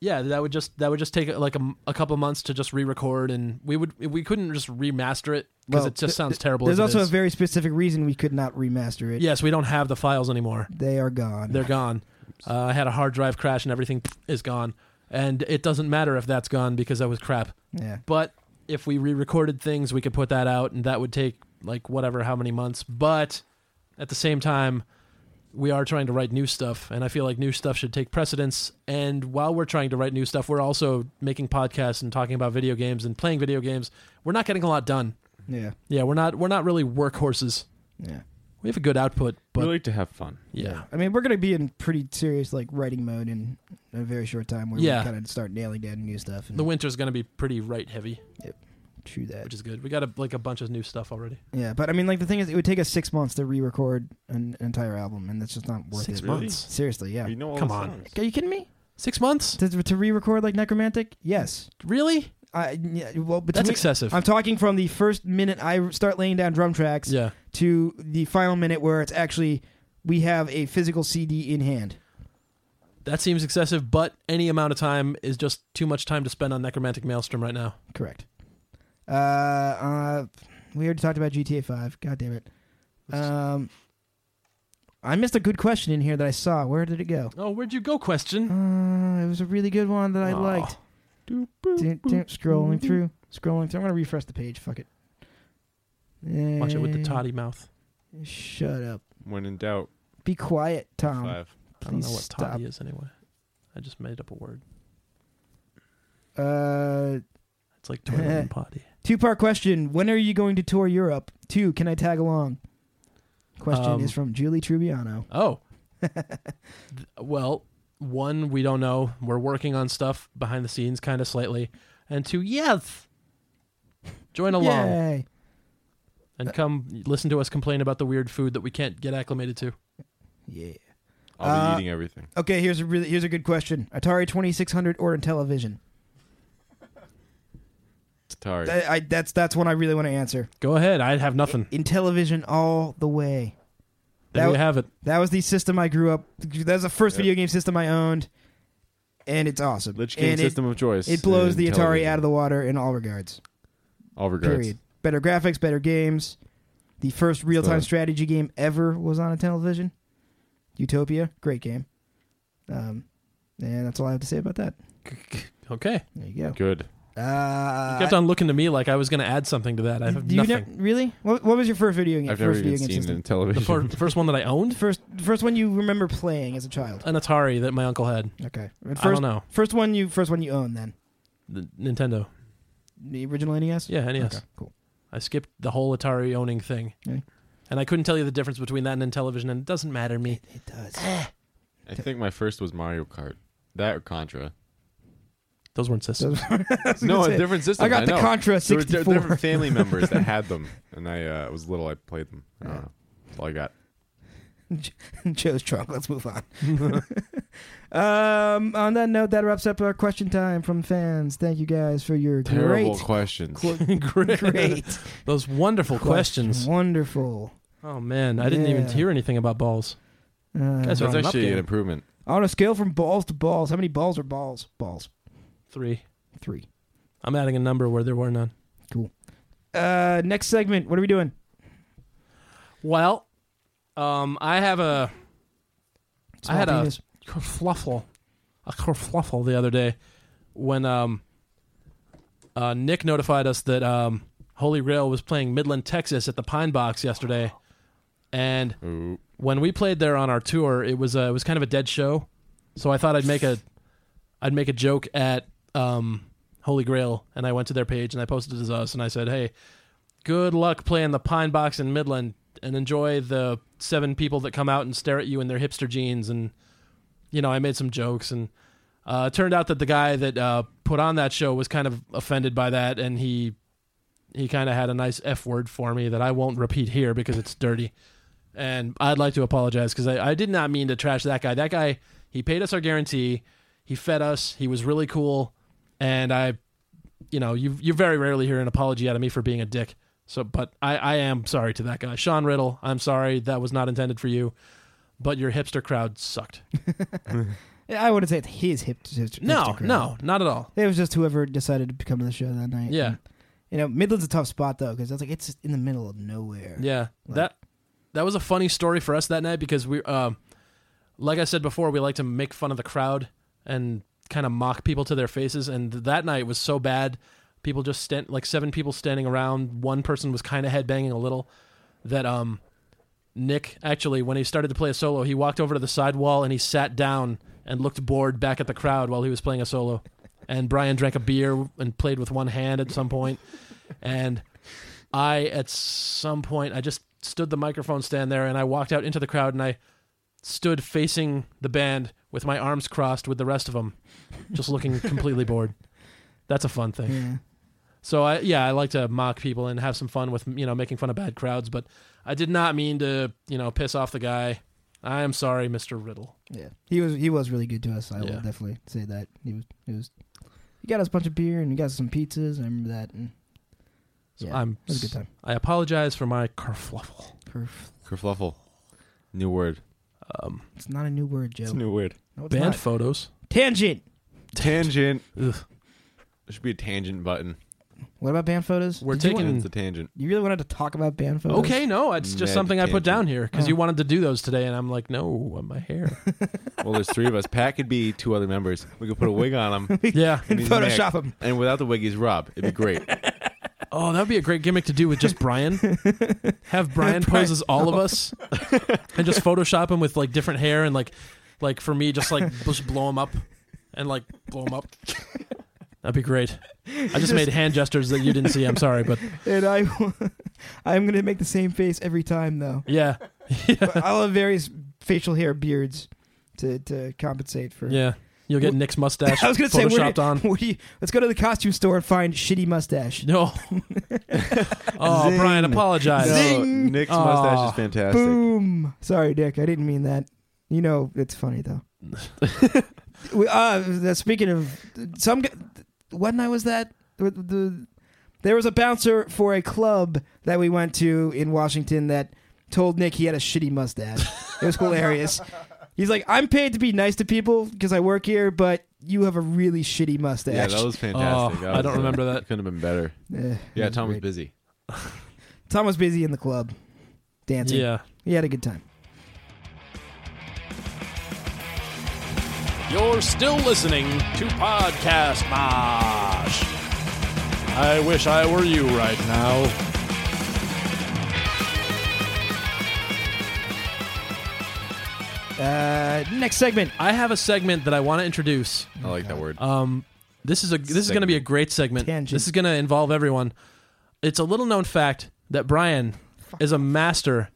Speaker 2: Yeah, that would just that would just take like a, m- a couple months to just re-record, and we would we couldn't just remaster it because
Speaker 4: Well,
Speaker 2: it just
Speaker 4: th-
Speaker 2: sounds terrible.
Speaker 4: There's
Speaker 2: as
Speaker 4: also
Speaker 2: it
Speaker 4: a
Speaker 2: is.
Speaker 4: very specific reason we could not remaster it.
Speaker 2: Yes, we don't have the files anymore.
Speaker 4: They are gone.
Speaker 2: They're gone. Uh, I had a hard drive crash and everything is gone. And it doesn't matter if that's gone because that was crap.
Speaker 4: yeah.
Speaker 2: But if we re recorded things, we could put that out and that would take like whatever, how many months. But at the same time, we are trying to write new stuff. And I feel like new stuff should take precedence. And while we're trying to write new stuff, we're also making podcasts and talking about video games and playing video games. We're not getting a lot done.
Speaker 4: Yeah.
Speaker 2: Yeah, we're not we're not really workhorses.
Speaker 4: Yeah.
Speaker 2: We have a good output, but
Speaker 3: we like to have fun.
Speaker 2: yeah.
Speaker 4: I mean, we're going to be in pretty serious like writing mode in a very short time where
Speaker 2: Yeah.
Speaker 4: we kind of start nailing down new stuff and
Speaker 2: The winter's going to be pretty right heavy.
Speaker 4: chew that.
Speaker 2: which is good. We got a, like a bunch of new stuff already.
Speaker 4: yeah, but I mean, like the thing is, it would take us six months to re-record an entire album, and that's just not worth
Speaker 2: Six
Speaker 4: it.
Speaker 3: Really?
Speaker 2: months.
Speaker 4: Seriously, yeah.
Speaker 3: You know all
Speaker 2: Come
Speaker 3: the
Speaker 2: on.
Speaker 3: songs.
Speaker 4: Are you kidding me?
Speaker 2: Six months?
Speaker 4: To, to re-record like Necromantic? Yes.
Speaker 2: Really?
Speaker 4: I yeah, well, between,
Speaker 2: That's excessive.
Speaker 4: I'm talking from the first minute I start laying down drum tracks
Speaker 2: yeah.
Speaker 4: to the final minute where it's actually we have a physical CD in hand.
Speaker 2: That seems excessive, but any amount of time is just too much time to spend on Necromantic Maelstrom right now.
Speaker 4: Correct. Uh, uh we already talked about GTA Five. God damn it. Um, I missed a good question in here that I saw. Where did it go?
Speaker 2: Oh, where'd you go, question?
Speaker 4: Uh, it was a really good one that I
Speaker 2: Aw.
Speaker 4: liked. Dun, dun, scrolling through, scrolling through. I'm gonna refresh the page. Fuck it.
Speaker 2: Watch it with the
Speaker 4: Eh,
Speaker 2: toddy mouth.
Speaker 4: Shut up.
Speaker 3: When in doubt,
Speaker 4: Be quiet, Tom.
Speaker 3: five.
Speaker 2: I don't know
Speaker 4: Please
Speaker 2: what
Speaker 4: stop.
Speaker 2: toddy is anyway. I just made up a word.
Speaker 4: Uh,
Speaker 2: It's like toilet and potty.
Speaker 4: two part question. When are you going to tour Europe? Two. Can I tag along? Question
Speaker 2: Um,
Speaker 4: is from Julie Trubiano.
Speaker 2: Oh. Th- well, one, we don't know. We're working on stuff behind the scenes, kind of slightly, and two, yes, join along
Speaker 4: Yay.
Speaker 2: and come listen to us complain about the weird food that we can't get acclimated to.
Speaker 4: Yeah.
Speaker 3: I'll be
Speaker 4: Uh,
Speaker 3: eating everything.
Speaker 4: Okay, here's a really here's a good question. Atari 2600 or Intellivision?
Speaker 3: Atari.
Speaker 4: I, I, that's that's one I really want to answer.
Speaker 2: Go ahead. I have nothing.
Speaker 4: Intellivision all the way.
Speaker 2: There
Speaker 4: that-
Speaker 2: you have it.
Speaker 4: That was the system I grew up. That was the first video game system I owned, and it's awesome.
Speaker 3: Lich King
Speaker 4: and it-
Speaker 3: system of choice.
Speaker 4: It, blows
Speaker 3: in
Speaker 4: the Atari
Speaker 3: television.
Speaker 4: out of the water in all regards.
Speaker 3: all regards.
Speaker 4: Period. Better graphics, better games. The first real time
Speaker 3: So-
Speaker 4: strategy game ever was on a television. Utopia, great game. Um, and that's all I have to say about that.
Speaker 2: Okay.
Speaker 4: There you go.
Speaker 3: Good.
Speaker 4: Uh,
Speaker 2: You kept on looking to me like I was going to add something to that. I have
Speaker 4: do you
Speaker 2: nothing.
Speaker 4: ne- really? What, what was your first video game?
Speaker 3: I've never
Speaker 4: first
Speaker 3: even
Speaker 4: video game
Speaker 3: seen
Speaker 4: system.
Speaker 3: in television.
Speaker 2: the fir- first one that I owned,
Speaker 4: First, first one you remember playing as a child.
Speaker 2: an Atari that my uncle had.
Speaker 4: Okay. And
Speaker 2: I
Speaker 4: First,
Speaker 2: don't know.
Speaker 4: first one you, first one you own then.
Speaker 2: The Nintendo.
Speaker 4: The original NES.
Speaker 2: Yeah, NES.
Speaker 4: Okay, cool.
Speaker 2: I skipped the whole Atari owning thing.
Speaker 4: Okay.
Speaker 2: And I couldn't tell you the difference between that and television, and it doesn't matter to me.
Speaker 4: It does.
Speaker 3: I think my first was Mario Kart. That or Contra.
Speaker 2: Those weren't systems.
Speaker 3: No,
Speaker 4: say,
Speaker 3: a different system.
Speaker 4: I got the
Speaker 3: know.
Speaker 4: Contra
Speaker 3: There were di-
Speaker 4: 64.
Speaker 3: different family members that had them, and I uh, was little. I played them. I don't know. That's all I got.
Speaker 4: Joe's drunk. Let's move on. um, on that note, that wraps up our question time from fans. Thank you guys for your
Speaker 3: Terrible
Speaker 4: great,
Speaker 3: questions.
Speaker 2: Great.
Speaker 4: great
Speaker 2: Those wonderful questions.
Speaker 4: Wonderful.
Speaker 2: Oh, man. I didn't even
Speaker 4: Yeah.
Speaker 2: hear anything about balls.
Speaker 4: Uh,
Speaker 2: Guys are
Speaker 3: That's
Speaker 2: on an up
Speaker 3: actually
Speaker 2: game.
Speaker 3: an improvement.
Speaker 4: on a scale from balls to balls, how many balls are balls? Balls.
Speaker 2: Three.
Speaker 4: Three.
Speaker 2: I'm adding a number where there were none.
Speaker 4: Uh, next segment. What are we doing?
Speaker 2: Well, um, I have a I had a-
Speaker 4: penis.
Speaker 2: kerfluffle, a kerfluffle the other day when um, uh, Nick notified us that um, Holy Grail was playing Midland, Texas at the Pine Box yesterday, and
Speaker 3: Ooh.
Speaker 2: when we played there on our tour, it was uh, it was kind of a dead show, so I thought I'd make a I'd make a joke at um, Holy Grail, and I went to their page and I posted it as us, and I said, "Hey, good luck playing the Pine Box in Midland, and enjoy the seven people that come out and stare at you in their hipster jeans." And you know, I made some jokes, and uh, it turned out that the guy that uh, put on that show was kind of offended by that, and he he kind of had a nice f word for me that I won't repeat here because it's dirty. And I'd like to apologize because I, I did not mean to trash that guy. That guy, he paid us our guarantee. He fed us. He was really cool. And I, you know, you you very rarely hear an apology out of me for being a dick. So, but I, I am sorry to that guy. Sean Riddle, I'm sorry. That was not intended for you. But your hipster crowd sucked.
Speaker 4: I wouldn't say it's his hip. his
Speaker 2: No,
Speaker 4: hipster crowd.
Speaker 2: no, not at all.
Speaker 4: It was just whoever decided to come to the show that night.
Speaker 2: Yeah.
Speaker 4: And, you know, Midland's a tough spot though because that's like it's in the middle of nowhere.
Speaker 2: Yeah,
Speaker 4: Like-
Speaker 2: that that was a funny story for us that night because we, um, like I said before, we like to make fun of the crowd and kind of mock people to their faces. And that night was so bad, people just stand like seven people standing around. One person was kind of headbanging a little. That um, Nick actually, when he started to play a solo, he walked over to the side wall and he sat down and looked bored back at the crowd while he was playing a solo. And Brian drank a beer and played with one hand at some point, and. I at some point I just stood the microphone stand there and I walked out into the crowd and I stood facing the band with my arms crossed with the rest of them, just looking completely bored. That's a fun thing.
Speaker 4: Yeah.
Speaker 2: So I yeah I like to mock people and have some fun with you know making fun of bad crowds, but I did not mean to you know piss off the guy. I am sorry, Mister Riddle.
Speaker 4: Yeah, he was he was really good to us. I will
Speaker 2: Yeah.
Speaker 4: definitely say that he was he was. He got us a bunch of beer and he got us some pizzas. I remember that. And
Speaker 2: So
Speaker 4: Yeah,
Speaker 2: I'm
Speaker 4: it was a good time.
Speaker 2: I apologize for my kerfluffle.
Speaker 3: Kerfluffle. New word.
Speaker 2: Um,
Speaker 4: It's not a new word, Joe.
Speaker 3: It's a new word.
Speaker 4: No, it's
Speaker 2: band
Speaker 4: not.
Speaker 2: photos.
Speaker 4: tangent.
Speaker 3: Tangent.
Speaker 2: Ugh.
Speaker 3: There should be a tangent button.
Speaker 4: What about band photos?
Speaker 2: We're
Speaker 4: Did you
Speaker 2: taking-
Speaker 4: want-
Speaker 3: It's a tangent.
Speaker 4: You, really wanted to talk about band photos?
Speaker 2: Okay, no, it's just
Speaker 3: Mad
Speaker 2: something I
Speaker 3: tangent.
Speaker 2: put down here because
Speaker 4: Oh.
Speaker 2: you wanted to do those today, and I'm like, no, on my hair.
Speaker 3: Well, there's three of us. Pat could be two other members. We could put a wig on him,
Speaker 2: yeah.
Speaker 4: And
Speaker 3: He's
Speaker 4: Photoshop them.
Speaker 3: and without the wig, he's Rob. It'd be great.
Speaker 2: Oh, that'd be a great gimmick to do with just Brian. Have Brian pose as all of us, and just Photoshop him with like different hair, and like, like for me, just like just blow him up, and like blow him up. That'd be great. I just, made hand gestures that you didn't see. I'm sorry, but
Speaker 4: And I, I'm gonna make the same face every time though.
Speaker 2: yeah,
Speaker 4: But I'll have various facial hair beards. to, to compensate for.
Speaker 2: Yeah, you'll get
Speaker 4: Well-
Speaker 2: Nick's mustache.
Speaker 4: I was gonna say, where
Speaker 2: photoshopped
Speaker 4: do,
Speaker 2: on.
Speaker 4: where do you, let's go to the costume store and find shitty mustache.
Speaker 2: No. oh,
Speaker 3: Zing.
Speaker 2: Brian, apologize.
Speaker 4: No.
Speaker 3: No,
Speaker 4: Zing.
Speaker 3: Nick's
Speaker 2: Aw.
Speaker 3: mustache is fantastic.
Speaker 4: Boom. Sorry, Dick. I didn't mean that. You know, it's funny though. we, uh, th- speaking of some, g- when I was that the, the, there was a bouncer for a club that we went to in Washington that told Nick he had a shitty mustache. It was hilarious. He's like, I'm paid to be nice to people because I work here, but you have a really shitty mustache.
Speaker 3: Yeah, that was fantastic.
Speaker 2: Oh,
Speaker 3: That
Speaker 2: I
Speaker 3: was-
Speaker 2: don't remember that.
Speaker 3: Couldn't have been better.
Speaker 4: Eh,
Speaker 3: Yeah,
Speaker 4: it was
Speaker 3: Tom was
Speaker 4: great.
Speaker 3: busy.
Speaker 4: Tom was busy in the club dancing.
Speaker 2: Yeah.
Speaker 4: he had a good time.
Speaker 1: You're still listening to Podcast Mosh. I wish I were you right now.
Speaker 4: Uh, next segment.
Speaker 2: I have a segment that I want to introduce.
Speaker 3: I like that word.
Speaker 2: Um, this is a this is going to be a
Speaker 3: Segment.
Speaker 2: great segment.
Speaker 4: Tangent.
Speaker 2: This is going to involve everyone. It's a little known fact that Brian is a master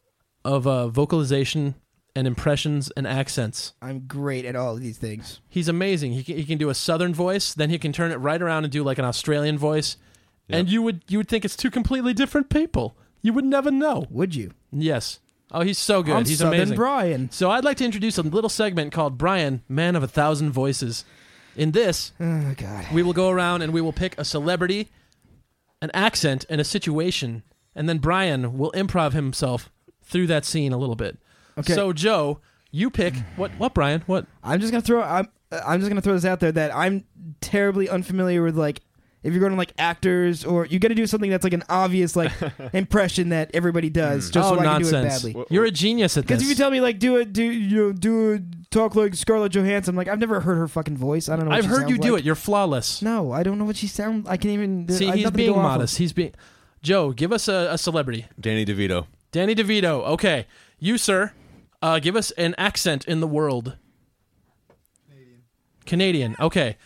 Speaker 2: of uh, vocalization and impressions and accents.
Speaker 4: I'm great at all of these things.
Speaker 2: He's amazing. He can, he can do a southern voice, then he can turn it right around and do like an Australian voice, and you would you would think it's two completely different people. You would never know.
Speaker 4: Would you?
Speaker 2: Yes. Oh, he's so good.
Speaker 4: I'm
Speaker 2: he's
Speaker 4: Southern
Speaker 2: amazing.
Speaker 4: Brian.
Speaker 2: So I'd like to introduce a little segment called Brian, Man of a Thousand Voices. In this,
Speaker 4: Oh God.
Speaker 2: we will go around and we will pick a celebrity, an accent, and a situation, and then Brian will improv himself through that scene a little bit.
Speaker 4: Okay.
Speaker 2: So Joe, you pick what? What Brian? What?
Speaker 4: I'm just gonna throw. I'm. I'm just gonna throw this out there that I'm terribly unfamiliar with like. If you're going to like actors, or you got to do something that's like an obvious like impression that everybody does, just
Speaker 2: oh
Speaker 4: so I
Speaker 2: nonsense!
Speaker 4: can do it badly.
Speaker 2: You're a genius at this.
Speaker 4: Because if you tell me like do a do you know do a talk like Scarlett Johansson, I'm like I've never heard her fucking voice. I don't know. What
Speaker 2: I've
Speaker 4: she
Speaker 2: heard
Speaker 4: sounds
Speaker 2: you do
Speaker 4: like.
Speaker 2: it. You're flawless.
Speaker 4: No, I don't know what she sounds. I can't even. I
Speaker 2: See,
Speaker 4: have
Speaker 2: he's
Speaker 4: nothing to
Speaker 2: being
Speaker 4: go off of.
Speaker 2: modest. He's being. Joe, give us a, a celebrity.
Speaker 3: Danny DeVito.
Speaker 2: Danny DeVito. Okay, you sir, uh, give us an accent in the world. Canadian. Canadian. Okay,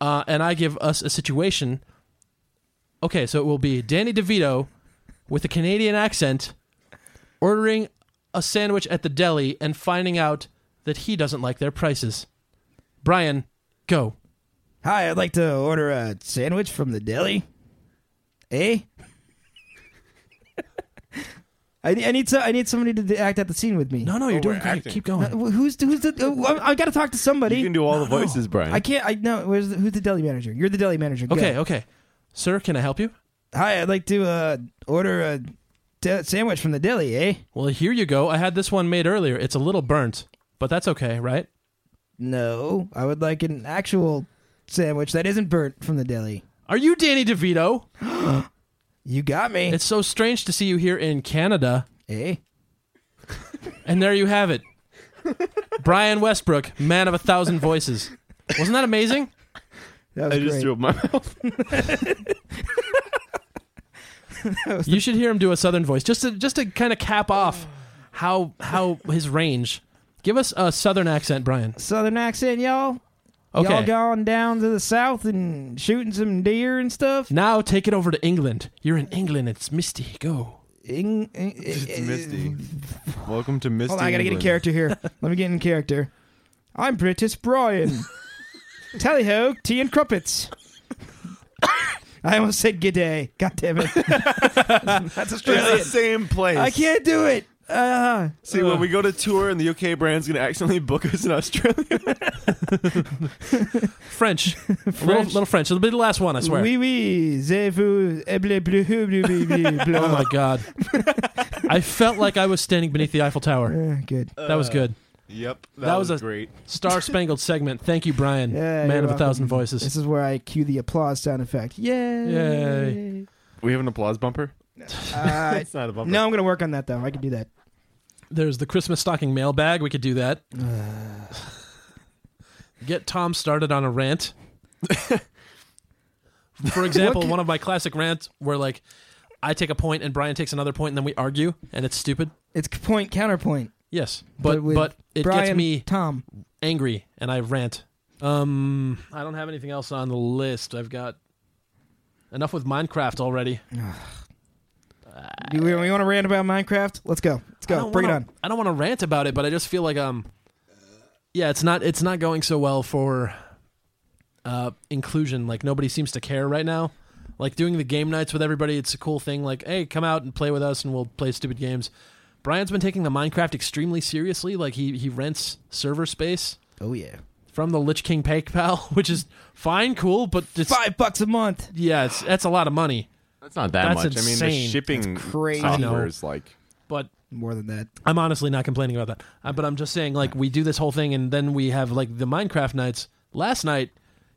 Speaker 2: uh, and I give us a situation. Okay, so it will be Danny DeVito with a Canadian accent ordering a sandwich at the deli and finding out that he doesn't like their prices. Brian, go.
Speaker 4: Hi, I'd like to order a sandwich from the deli. Eh? I, I need so, I need somebody to act out the scene with me.
Speaker 2: No, no, you're
Speaker 3: Oh,
Speaker 2: doing
Speaker 3: we're
Speaker 2: great.
Speaker 3: acting.
Speaker 2: Keep
Speaker 4: Uh,
Speaker 2: going.
Speaker 4: wh- who's who's the? Uh, I, I got to talk to somebody.
Speaker 3: You can do all the voices, Brian.
Speaker 4: I can't. I no. Where's the, who's the deli manager? You're the deli manager. Go.
Speaker 2: Okay, oh. okay. Sir, can I help you?
Speaker 4: Hi, I'd like to uh, order a de- sandwich from the deli. Eh?
Speaker 2: Well, here you go. I had this one made earlier. It's a little burnt, but that's okay, right?
Speaker 4: No, I would like an actual sandwich that isn't burnt from the deli.
Speaker 2: Are you Danny DeVito?
Speaker 4: You got me.
Speaker 2: It's so strange to see you here in Canada.
Speaker 4: eh?
Speaker 2: And there you have it. Brian Westbrook, man of a thousand voices. Wasn't that amazing?
Speaker 4: That was
Speaker 3: I just
Speaker 4: great.
Speaker 3: threw up my mouth.
Speaker 2: You should hear him do a southern voice just to just to kind of cap off how how his range. Give us a southern accent, Brian.
Speaker 4: Southern accent, y'all. Y'all
Speaker 2: Okay.
Speaker 4: gone down to the south and shooting some deer and stuff?
Speaker 2: Now take it over to England. You're in England. It's misty. Go.
Speaker 4: In, in- in-
Speaker 3: It's Misty. Welcome to Misty.
Speaker 4: Hold on, I gotta get in
Speaker 3: England.
Speaker 4: character here. Let me get in character. I'm British Brian. Tally ho, tea and crumpets. I almost said g'day. God damn it. That's
Speaker 3: It's the
Speaker 4: Australian.
Speaker 3: same place.
Speaker 4: I can't do it. Uh,
Speaker 3: See, when we go to tour and the UK brand's going to accidentally book us in Australia.
Speaker 2: French. Little, little French. It'll be the last one, I swear.
Speaker 4: oui, oui, c'est vous, eh, bleu, bleu, bleu, bleu, bleu, bleu.
Speaker 2: oh my god. I felt like I was standing beneath the Eiffel Tower.
Speaker 4: Uh, good.
Speaker 2: That was good.
Speaker 3: yep. That,
Speaker 2: That was
Speaker 3: was,
Speaker 2: was a-
Speaker 3: great.
Speaker 2: Star Spangled segment. Thank you, Brian.
Speaker 4: Yeah,
Speaker 2: Man
Speaker 4: you're
Speaker 2: of a thousand
Speaker 4: welcome.
Speaker 2: voices.
Speaker 4: This is where I cue the applause sound effect. Yay.
Speaker 2: Yay.
Speaker 3: We have an applause bumper?
Speaker 4: Uh,
Speaker 3: It's not a bumper.
Speaker 4: no, I'm gonna work on that though. I can do that.
Speaker 2: There's the Christmas stocking mailbag. We could do that. Get Tom started on a rant. For example,
Speaker 4: What ca-
Speaker 2: one of my classic rants where like I take a point and Brian takes another point and then we argue and it's stupid.
Speaker 4: It's point counterpoint.
Speaker 2: Yes, but
Speaker 4: with
Speaker 2: but, it
Speaker 4: Brian,
Speaker 2: gets me
Speaker 4: Tom.
Speaker 2: angry and I rant. Um, I don't have anything else on the list. I've got enough with Minecraft already.
Speaker 4: Do we, want to rant about Minecraft? Let's go. Let's
Speaker 2: I
Speaker 4: go.
Speaker 2: don't
Speaker 4: Bring
Speaker 2: wanna-
Speaker 4: it
Speaker 2: I don't want to rant about it, but I just feel like um, yeah, it's not it's not going so well for uh, inclusion. Like nobody seems to care right now. Like doing the game nights with everybody, it's a cool thing. Like, hey, come out and play with us, and we'll play stupid games. Brian's been taking the Minecraft extremely seriously. Like he he rents server space
Speaker 4: Oh yeah,
Speaker 2: from the Lich King PayPal, which is fine, cool, but it's
Speaker 4: five bucks a month.
Speaker 2: yeah, it's that's a lot of money.
Speaker 3: That's not that
Speaker 2: That's
Speaker 3: much. I mean, the
Speaker 2: insane.
Speaker 3: shipping
Speaker 4: That's crazy.
Speaker 2: No.
Speaker 3: software is like
Speaker 2: But
Speaker 4: More than that.
Speaker 2: I'm honestly not complaining about that. Uh, but I'm just saying, like, we do this whole thing, and then we have like the Minecraft nights. Last night,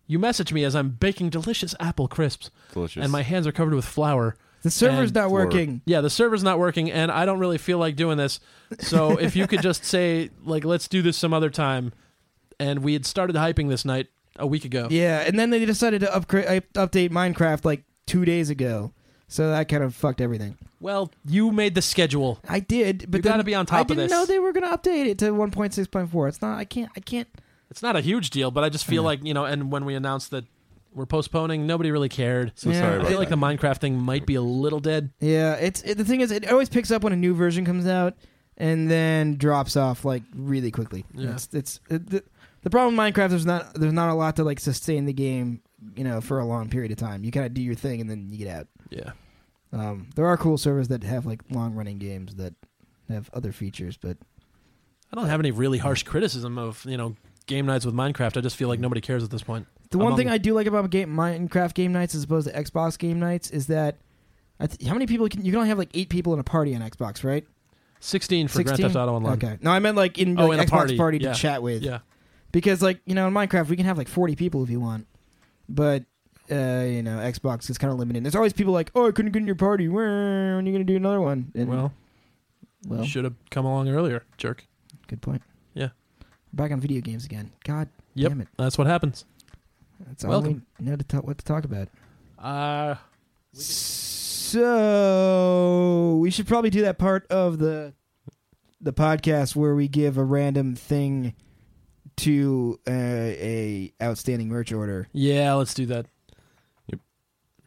Speaker 2: you messaged me as I'm baking delicious apple crisps,
Speaker 3: delicious.
Speaker 2: and my hands are covered with flour.
Speaker 4: The server's
Speaker 2: And
Speaker 4: not
Speaker 3: floor.
Speaker 4: working.
Speaker 2: Yeah, the server's not working, and I don't really feel like doing this. So if you could just say, like, let's do this some other time, and we had started hyping this night a week ago.
Speaker 4: Yeah, and then they decided to upgrade, up- update Minecraft like two days ago. So that kind of fucked everything.
Speaker 2: Well, you made the schedule.
Speaker 4: I did, but
Speaker 2: You gotta
Speaker 4: then
Speaker 2: be on
Speaker 4: I
Speaker 2: top of
Speaker 4: didn't
Speaker 2: this.
Speaker 4: know they were going to update it to 1.6.4. It's not. I can't. I can't.
Speaker 2: It's not a huge deal, but I just feel like you know. And when we announced that we're postponing, nobody really cared.
Speaker 3: so
Speaker 4: Yeah,
Speaker 3: sorry
Speaker 2: I
Speaker 3: about
Speaker 2: feel like the
Speaker 3: that.
Speaker 2: Minecraft thing might be a little dead.
Speaker 4: Yeah, it's it, the thing is, it always picks up when a new version comes out and then drops off like really quickly.
Speaker 2: Yeah.
Speaker 4: It's, it's it, the, the problem with Minecraft is not there's not a lot to like sustain the game, you know, for a long period of time. You kind of do your thing and then you get out.
Speaker 2: Yeah.
Speaker 4: Um, there are cool servers that have like long running games that have other features, but
Speaker 2: I don't have any really harsh criticism of you know game nights with Minecraft. I just feel like nobody cares at this point.
Speaker 4: The one
Speaker 2: Among-
Speaker 4: thing I do like about game, Minecraft game nights as opposed to Xbox game nights is that I th- how many people can you can only have like eight people in a party on Xbox, right?
Speaker 2: Sixteen for Grand Theft Auto Online.
Speaker 4: Okay. No, I meant like in,
Speaker 2: Oh,
Speaker 4: like,
Speaker 2: in a
Speaker 4: Xbox
Speaker 2: party.
Speaker 4: party,
Speaker 2: Yeah.
Speaker 4: to chat with.
Speaker 2: Yeah,
Speaker 4: Because like you know in Minecraft we can have like forty people if you want, but uh, you know Xbox is kind of limited. There's always people like, oh, I couldn't get in your party. Where when are you gonna do another one? And,
Speaker 2: well,
Speaker 4: well,
Speaker 2: should have come along earlier, jerk.
Speaker 4: good point.
Speaker 2: Yeah.
Speaker 4: Back on video games again. God
Speaker 2: Yep.
Speaker 4: damn it.
Speaker 2: That's what happens.
Speaker 4: That's all
Speaker 2: Welcome.
Speaker 4: we know to ta- what to talk about.
Speaker 2: Uh,
Speaker 4: So we should probably do that part of the the podcast where we give a random thing to uh, a outstanding merch order.
Speaker 2: yeah, let's do that.
Speaker 3: Yep.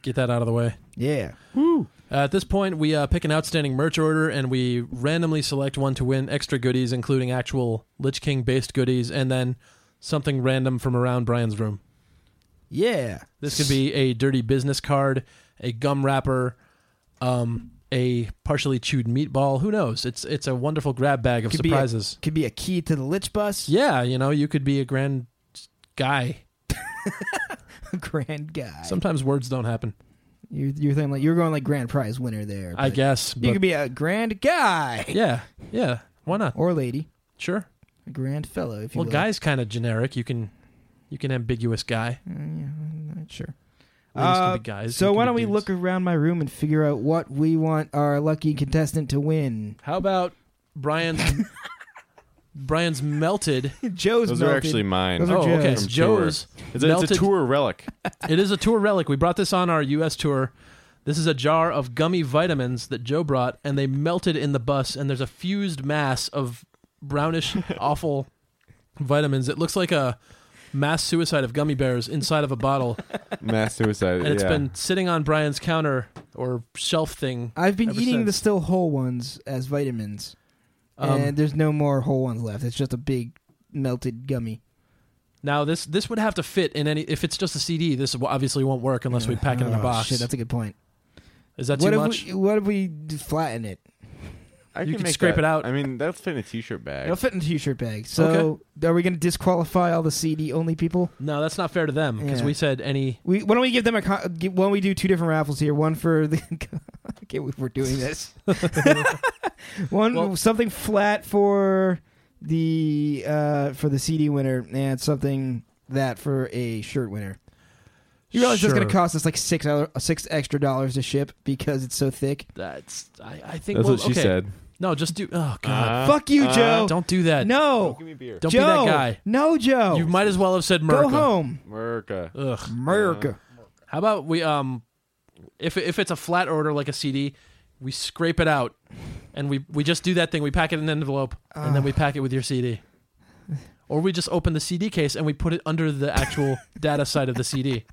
Speaker 2: Get that out of the way.
Speaker 4: Yeah,
Speaker 2: Uh, at this point, we uh, pick an outstanding merch order and we randomly select one to win extra goodies, including actual Lich King based goodies, and then something random from around Brian's room.
Speaker 4: yeah.
Speaker 2: This could be a dirty business card, a gum wrapper, um, a partially chewed meatball. Who knows? It's it's a wonderful grab bag of
Speaker 4: Could be a-
Speaker 2: surprises.
Speaker 4: could be a key to the Lich Bus.
Speaker 2: yeah, you know, you could be a grand guy.
Speaker 4: grand guy.
Speaker 2: Sometimes words don't happen.
Speaker 4: you're, you're thinking like you're going like grand prize winner there.
Speaker 2: I
Speaker 4: but
Speaker 2: guess.
Speaker 4: you
Speaker 2: but-
Speaker 4: could be a grand guy
Speaker 2: yeah, yeah. Why not?
Speaker 4: or lady,
Speaker 2: Sure.
Speaker 4: a grand fellow. If you
Speaker 2: Well,
Speaker 4: will.
Speaker 2: guy's kind of generic. You can, you can ambiguous guy.
Speaker 4: Uh, yeah, sure.
Speaker 2: Ladies can
Speaker 4: Uh,
Speaker 2: be guys.
Speaker 4: So
Speaker 2: you can
Speaker 4: why
Speaker 2: be
Speaker 4: don't we
Speaker 2: dudes.
Speaker 4: look around my room and figure out what we want our lucky contestant to win?
Speaker 2: How about Brian's Brian's melted?
Speaker 4: Joe's
Speaker 3: Those are
Speaker 4: melted.
Speaker 3: actually mine.
Speaker 4: Those are
Speaker 2: Oh, okay.
Speaker 4: Joe's.
Speaker 3: From
Speaker 2: Joe's.
Speaker 3: It's a, it's a
Speaker 2: melted-
Speaker 3: tour relic.
Speaker 2: It is a tour relic. We brought this on our U.S. tour. This is a jar of gummy vitamins that Joe brought, and they melted in the bus. And there's a fused mass of brownish, awful vitamins. It looks like a mass suicide of gummy bears inside of a bottle,
Speaker 3: Mass suicide.
Speaker 2: and it's
Speaker 3: yeah.
Speaker 2: been sitting on Brian's counter or shelf thing.
Speaker 4: I've been
Speaker 2: ever
Speaker 4: eating the
Speaker 2: since.
Speaker 4: still whole ones as vitamins,
Speaker 2: Um,
Speaker 4: and there's no more whole ones left. It's just a big melted gummy.
Speaker 2: now this this would have to fit in any. If it's just a CD, this obviously won't work unless we pack it in a
Speaker 4: Oh,
Speaker 2: box.
Speaker 4: Shit, that's a good point.
Speaker 2: is that
Speaker 4: what
Speaker 2: too
Speaker 4: if
Speaker 2: much?
Speaker 4: we what if we d- flatten it?
Speaker 3: I
Speaker 2: you can
Speaker 3: make
Speaker 2: scrape
Speaker 3: that-
Speaker 2: it out.
Speaker 3: I mean, that'll fit in a t-shirt bag.
Speaker 4: It'll fit in a t-shirt bag. So are we going to disqualify all the CD only people?
Speaker 2: no, that's not fair to them because
Speaker 4: Yeah.
Speaker 2: we said any.
Speaker 4: We why don't we give them a co- gi- why don't we do two different raffles here? One for the I can't believe we're doing this. One
Speaker 2: Well-
Speaker 4: something flat for the uh for the CD winner and something that for a shirt winner. You realize that's going
Speaker 2: Sure.
Speaker 4: to cost us like six other- six extra dollars to ship because it's so thick.
Speaker 2: That's I, I think
Speaker 3: That's
Speaker 2: well,
Speaker 3: what she
Speaker 2: okay.
Speaker 3: said.
Speaker 2: No, just do. Oh God, oh.
Speaker 3: Uh,
Speaker 4: Fuck you,
Speaker 3: uh,
Speaker 4: Joe.
Speaker 2: don't do that.
Speaker 4: no,
Speaker 3: Give me beer.
Speaker 2: don't
Speaker 4: Joe.
Speaker 2: be that guy.
Speaker 4: No, Joe.
Speaker 2: You might as well have said
Speaker 4: Go
Speaker 2: Merca.
Speaker 4: home,
Speaker 3: America.
Speaker 2: Ugh.
Speaker 4: America.
Speaker 2: How about we um, if if it's a flat order like a CD, we scrape it out, and we we just do that thing. We pack it in an envelope,
Speaker 4: Uh,
Speaker 2: and then we pack it with your CD. Or we just open the CD case and we put it under the actual data side of the CD.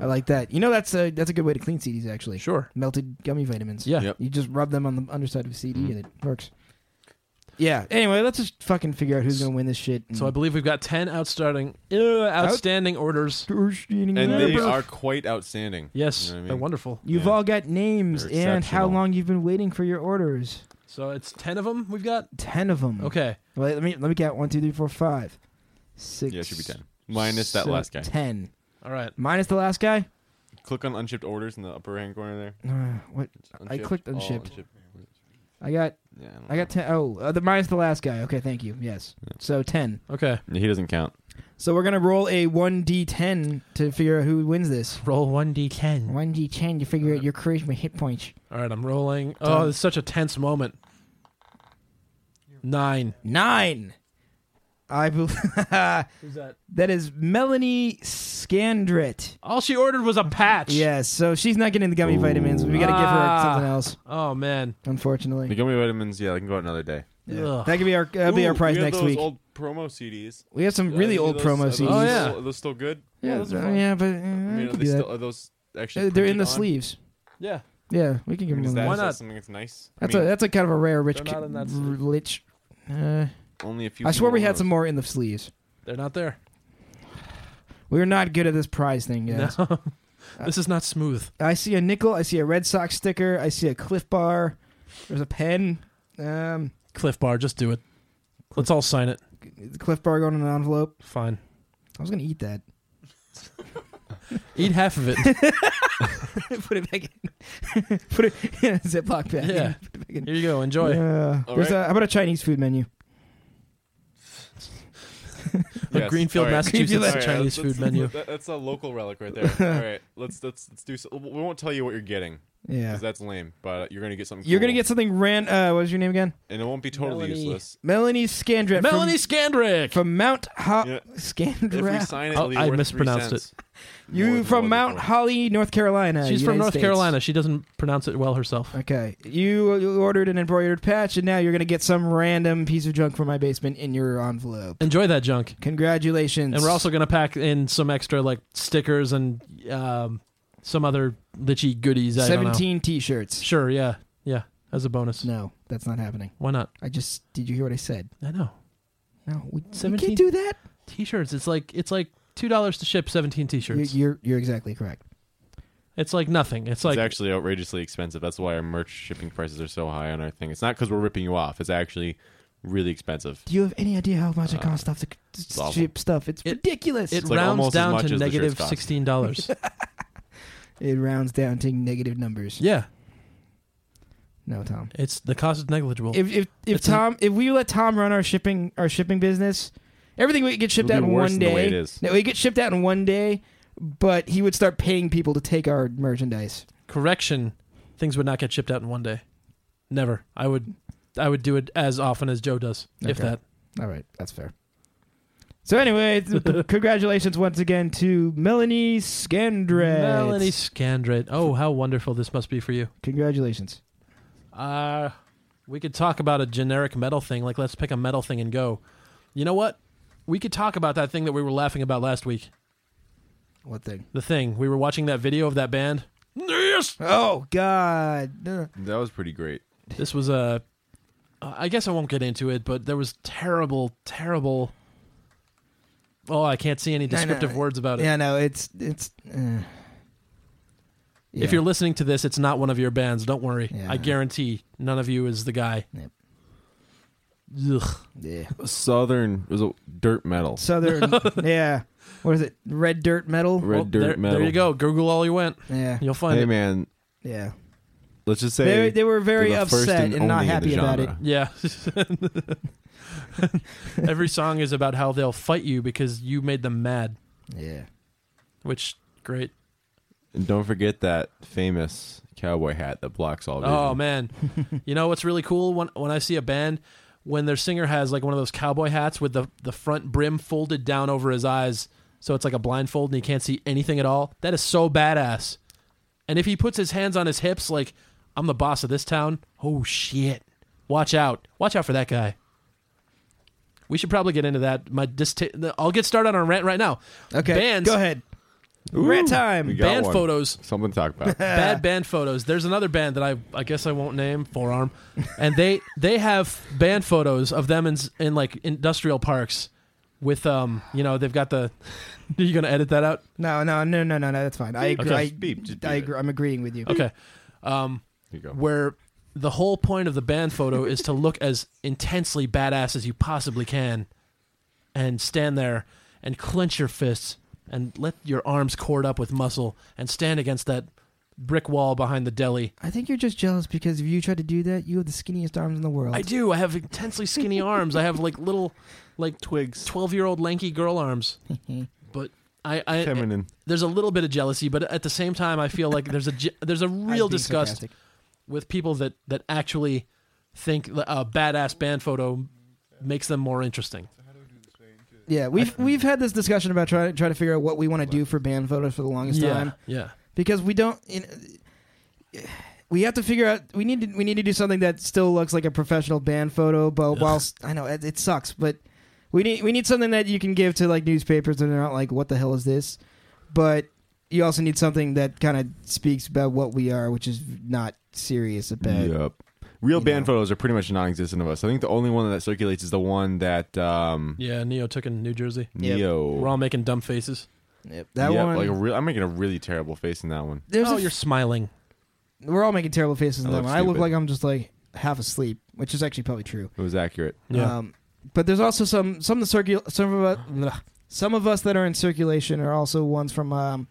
Speaker 4: I like that. You know that's a that's a good way to clean CDs actually.
Speaker 2: Sure.
Speaker 4: Melted gummy vitamins.
Speaker 2: Yeah.
Speaker 3: Yep. Mm-hmm.
Speaker 4: You just rub them on the underside of a CD and it works. Yeah. Anyway, let's just fucking figure out who's gonna win this shit.
Speaker 2: So I believe we've got ten outstarting, uh, outstanding orders.
Speaker 4: and
Speaker 3: And they are quite outstanding.
Speaker 2: Yes,
Speaker 3: You know what I mean?
Speaker 2: they're wonderful.
Speaker 4: You've
Speaker 3: Yeah.
Speaker 4: all got names
Speaker 3: They're
Speaker 4: and how
Speaker 3: exceptional.
Speaker 4: long you've been waiting for your orders.
Speaker 2: So it's ten of them we've got.
Speaker 4: Ten of them.
Speaker 2: Okay,
Speaker 4: Wait, let me let me count one, two, three, four, five, six.
Speaker 3: Yeah, it should be 10. Minus that
Speaker 4: se-
Speaker 3: last guy.
Speaker 4: Ten.
Speaker 2: all right.
Speaker 4: Minus the last guy.
Speaker 3: Click on unshipped orders in the upper hand corner there.
Speaker 4: Uh, what? I
Speaker 3: Unshipped,
Speaker 4: clicked
Speaker 3: all
Speaker 4: unshipped. I got
Speaker 3: Yeah, don't
Speaker 4: I got ten. Oh, uh, the minus the last guy. Okay, thank you. Yes. So ten.
Speaker 2: Okay,
Speaker 3: know. He doesn't count.
Speaker 4: So we're gonna roll a one d ten to figure out who wins this.
Speaker 2: roll one d ten.
Speaker 4: One d ten to figure
Speaker 2: Uh,
Speaker 4: out your charisma hit points.
Speaker 2: All right, I'm rolling. Oh, it's such a tense moment. Nine.
Speaker 4: Nine. I believe
Speaker 2: Who's that?
Speaker 4: that is Melanie Scandrett.
Speaker 2: All she ordered was a patch.
Speaker 4: Yes, so she's not getting the gummy vitamins. We got to give her
Speaker 2: Ah.
Speaker 4: something else,
Speaker 2: Oh man.
Speaker 3: The
Speaker 4: unfortunately.
Speaker 3: gummy vitamins, yeah, they can go out another day.
Speaker 2: Ugh.
Speaker 4: That could be our that'll be our prize next week.
Speaker 3: old promo CDs. Uh,
Speaker 4: we have some really old promo CDs.
Speaker 2: Oh, yeah.
Speaker 3: Are those still good?
Speaker 4: yeah,
Speaker 3: those
Speaker 4: uh, yeah, but uh, I could do that.
Speaker 3: are those actually
Speaker 4: Uh, they're in the
Speaker 3: printed on?
Speaker 4: sleeves.
Speaker 2: Yeah.
Speaker 4: Yeah, we can
Speaker 3: I
Speaker 4: give
Speaker 3: mean,
Speaker 4: them.
Speaker 3: is
Speaker 4: That,
Speaker 3: that,
Speaker 2: Why
Speaker 3: is that
Speaker 2: not?
Speaker 3: something that's nice? I
Speaker 4: that's
Speaker 3: mean,
Speaker 4: a that's a kind of a rare rich
Speaker 2: They're not in that sleeve.
Speaker 4: rich. Uh,
Speaker 3: only a few.
Speaker 4: I swear
Speaker 3: people
Speaker 4: we had
Speaker 3: know.
Speaker 4: some more in the sleeves.
Speaker 2: They're not there.
Speaker 4: We are not good at this prize thing, guys.
Speaker 2: No. this is not smooth.
Speaker 4: I see a nickel. I see a Red Sox sticker. I see a Cliff Bar. There's a pen. Um,
Speaker 2: Cliff Bar, just do it. Let's all sign it.
Speaker 4: the Cliff Bar going in an envelope.
Speaker 2: Fine.
Speaker 4: I was gonna eat that.
Speaker 2: Eat half of it.
Speaker 4: put it back in. put it in a Ziploc bag.
Speaker 2: Yeah.
Speaker 4: Put it back in.
Speaker 2: Here you go. Enjoy.
Speaker 4: Yeah.
Speaker 3: All
Speaker 4: There's
Speaker 3: right.
Speaker 4: a, how about a Chinese food menu?
Speaker 2: The
Speaker 3: Yes.
Speaker 2: Greenfield,
Speaker 3: All right.
Speaker 2: Massachusetts
Speaker 3: All right,
Speaker 2: Chinese
Speaker 3: let's-
Speaker 2: food menu.
Speaker 3: that- that's a local relic right there. All right, let's let's let's do. So, we won't tell you what you're getting
Speaker 4: Yeah.
Speaker 3: because that's lame. But you're gonna get something.
Speaker 4: You're gonna
Speaker 3: cool,
Speaker 4: get something ran. Uh, what was your name again?
Speaker 3: and it won't be totally
Speaker 2: Melanie.
Speaker 3: useless.
Speaker 4: Melanie Scandrett. from-
Speaker 2: Melanie Scandrick.
Speaker 4: from, Mount Ho-
Speaker 3: Yeah. If we
Speaker 4: Scandrett.
Speaker 3: sign it,
Speaker 2: Oh,
Speaker 3: it'll be
Speaker 2: I
Speaker 3: worth
Speaker 2: mispronounced
Speaker 3: three cents. More
Speaker 4: you
Speaker 3: than
Speaker 4: from
Speaker 3: one
Speaker 4: Mount
Speaker 3: point.
Speaker 4: Holly, North Carolina.
Speaker 2: She's from
Speaker 4: uh, United
Speaker 2: North
Speaker 4: States.
Speaker 2: Carolina. She doesn't pronounce it well herself.
Speaker 4: Okay, you you ordered an embroidered patch, and now you're gonna get some random piece of junk from my basement in your envelope.
Speaker 2: Enjoy that junk.
Speaker 4: Congratulations!
Speaker 2: And we're also going to pack in some extra like stickers and um, some other litchy goodies. I don't know.
Speaker 4: seventeen t-shirts.
Speaker 2: Sure. Yeah. Yeah. As a bonus.
Speaker 4: No, that's not happening.
Speaker 2: Why not?
Speaker 4: I just did you hear what I said?
Speaker 2: I know.
Speaker 4: No, we, we
Speaker 2: 17
Speaker 4: can't do that.
Speaker 2: T-shirts. It's like it's like two dollars to ship seventeen
Speaker 4: You're,
Speaker 2: T-shirts.
Speaker 4: you're you're exactly correct.
Speaker 2: It's like nothing. It's like
Speaker 3: it's actually outrageously expensive. That's why our merch shipping prices are so high on our thing. It's not because we're ripping you off. It's actually really expensive.
Speaker 4: Do you have any idea how much it
Speaker 3: Uh,
Speaker 4: costs stuff to
Speaker 3: awful.
Speaker 4: to ship stuff? It's
Speaker 2: It-
Speaker 4: ridiculous.
Speaker 2: it
Speaker 3: like
Speaker 2: rounds
Speaker 3: almost as
Speaker 2: down
Speaker 3: much
Speaker 2: to
Speaker 3: as the shirts
Speaker 2: negative
Speaker 3: cost.
Speaker 2: sixteen dollars.
Speaker 4: It rounds down to negative numbers.
Speaker 2: yeah.
Speaker 4: No, Tom.
Speaker 2: It's the cost is negligible.
Speaker 4: If if if
Speaker 2: It's an-
Speaker 4: Tom if we let Tom run our shipping our shipping business, everything would get shipped
Speaker 3: It'll
Speaker 4: out
Speaker 3: be
Speaker 4: in
Speaker 3: worse
Speaker 4: one
Speaker 3: than
Speaker 4: day.
Speaker 3: the way it is.
Speaker 4: No, it would get shipped out in one day, but he would start paying people to take our merchandise.
Speaker 2: Correction. Things would not get shipped out in one day. Never. I would. I would do it as often as Joe does, if
Speaker 4: Okay.
Speaker 2: that.
Speaker 4: All right, that's fair. So anyway, th- congratulations once again to Melanie Scandrett.
Speaker 2: Melanie Scandrett. Oh, how wonderful this must be for you.
Speaker 4: congratulations.
Speaker 2: Uh, we could talk about a generic metal thing. Like, let's pick a metal thing and go. You know what? We could talk about that thing that we were laughing about last week.
Speaker 4: What thing?
Speaker 2: The thing. We were watching that video of that band. Yes!
Speaker 4: Oh God! Ugh.
Speaker 3: That was pretty great.
Speaker 2: This was a. uh, I guess I won't get into it, but there was terrible, terrible. Oh, I can't see any
Speaker 4: no,
Speaker 2: descriptive
Speaker 4: no.
Speaker 2: words about it.
Speaker 4: Yeah, no, it's it's. Uh, yeah.
Speaker 2: If you're listening to this, it's not one of your bands. Don't worry.
Speaker 4: Yeah.
Speaker 2: I guarantee none of you is the guy.
Speaker 4: Yep.
Speaker 2: Ugh.
Speaker 4: yeah.
Speaker 3: Southern was a dirt metal.
Speaker 4: southern, yeah, what is it? Red dirt metal.
Speaker 3: Red
Speaker 2: Well,
Speaker 3: dirt
Speaker 2: Oh, there,
Speaker 3: metal.
Speaker 2: There you go. Google all you went.
Speaker 4: Yeah,
Speaker 2: You'll find
Speaker 3: Hey
Speaker 2: it.
Speaker 3: man,
Speaker 4: yeah.
Speaker 3: let's just say
Speaker 4: They they were very
Speaker 3: they're the first
Speaker 4: upset and,
Speaker 3: and
Speaker 4: not
Speaker 3: only in the
Speaker 4: happy about it.
Speaker 3: genre.
Speaker 2: Yeah. Every song is about how they'll fight you because you made them mad,
Speaker 4: Yeah,
Speaker 2: which great.
Speaker 3: And don't forget that famous cowboy hat that blocks all vision.
Speaker 2: Oh man. you know what's really cool when when I see a band when their singer has like one of those cowboy hats with the the front brim folded down over his eyes so it's like a blindfold and he can't see anything at all. That is so badass. And if he puts his hands on his hips like I'm the boss of this town, oh shit. Watch out. Watch out for that guy. We should probably get into that. My dist- I'll get started on a rant right now.
Speaker 4: okay.
Speaker 2: Bands
Speaker 4: Go ahead. Rant
Speaker 3: We
Speaker 4: time.
Speaker 3: got
Speaker 2: Band
Speaker 3: one.
Speaker 2: photos.
Speaker 3: Something to talk about.
Speaker 2: bad band photos. There's another band that I I guess I won't name, Forearm, and they they have band photos of them in s- in like industrial parks with um you know they've got the. Are you gonna edit that out?
Speaker 4: No, no, no, no, no, no. That's fine. I agree.
Speaker 2: Okay.
Speaker 4: I,
Speaker 3: Beep, just beep
Speaker 4: I
Speaker 3: it.
Speaker 4: agree. I'm agreeing with you.
Speaker 2: Okay, um,
Speaker 3: Here you go.
Speaker 2: where the whole point of the band photo is to look as intensely badass as you possibly can, and stand there and clench your fists and let your arms cord up with muscle and stand against that brick wall behind the deli
Speaker 4: I think you're just jealous because if you try to do that, you have the skinniest arms in the world.
Speaker 2: I do. I have intensely skinny arms. I have like little, like twigs, twelve-year-old lanky girl arms. but I, I
Speaker 3: Feminine.
Speaker 2: there's a little bit of jealousy, but at the same time, I feel like there's a je- there's a
Speaker 4: I was
Speaker 2: real
Speaker 4: being
Speaker 2: disgust
Speaker 4: sarcastic.
Speaker 2: with people that that actually think a badass band photo makes them more interesting.
Speaker 4: Yeah, we've we've had this discussion about trying try to figure out what we want to do for band photos for the longest time
Speaker 2: yeah.
Speaker 4: because we don't. You know, we have to figure out we need to we need to do something that still looks like a professional band photo, but whilst I know it, it sucks, but we need we need something that you can give to like newspapers and they're not like what the hell is this, but you also need something that kind of speaks about what we are, which is not serious about.
Speaker 3: Yep. Real
Speaker 4: You
Speaker 3: band
Speaker 4: know.
Speaker 3: photos are pretty much non-existent of us. I think the only one that circulates is the one that um,
Speaker 2: Yeah, Neo took in New Jersey.
Speaker 4: Yep.
Speaker 3: Neo.
Speaker 2: We're all making dumb faces.
Speaker 4: Yep, that
Speaker 3: Yep,
Speaker 4: one.
Speaker 3: Like a real, I'm making a really terrible face in that one.
Speaker 4: there's
Speaker 2: oh,
Speaker 4: a
Speaker 2: you're smiling.
Speaker 4: We're all making terrible faces in
Speaker 3: I
Speaker 4: that
Speaker 3: look
Speaker 4: one. I look
Speaker 3: stupid.
Speaker 4: like I'm just like half asleep, which is actually probably true.
Speaker 3: It was accurate.
Speaker 2: Yeah.
Speaker 4: Um, but there's also some some of the circul- some of us bleh. some of us that are in circulation are also ones from um,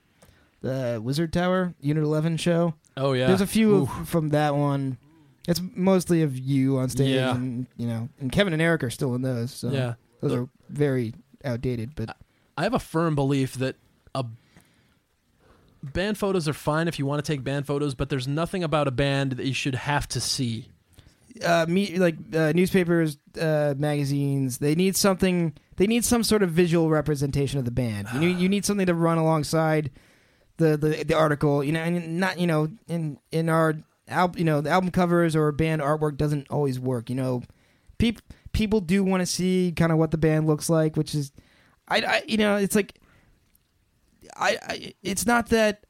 Speaker 4: the Wizard Tower Unit Eleven show.
Speaker 2: oh yeah.
Speaker 4: There's a few of, from that one. It's mostly of you on stage,
Speaker 2: Yeah.
Speaker 4: and you know, and Kevin and Eric are still in those. So
Speaker 2: yeah.
Speaker 4: those are very outdated. But
Speaker 2: I have a firm belief that a band photos are fine if you want to take band photos, but there's nothing about a band that you should have to see.
Speaker 4: uh, me like uh, newspapers, uh, magazines. They need something. They need some sort of visual representation of the band. You need, you need something to run alongside the, the the article. You know, and not you know in in our al- you know the album covers or band artwork doesn't always work. You know, peop, people do want to see kind of what the band looks like, which is I, I you know it's like I, I it's not that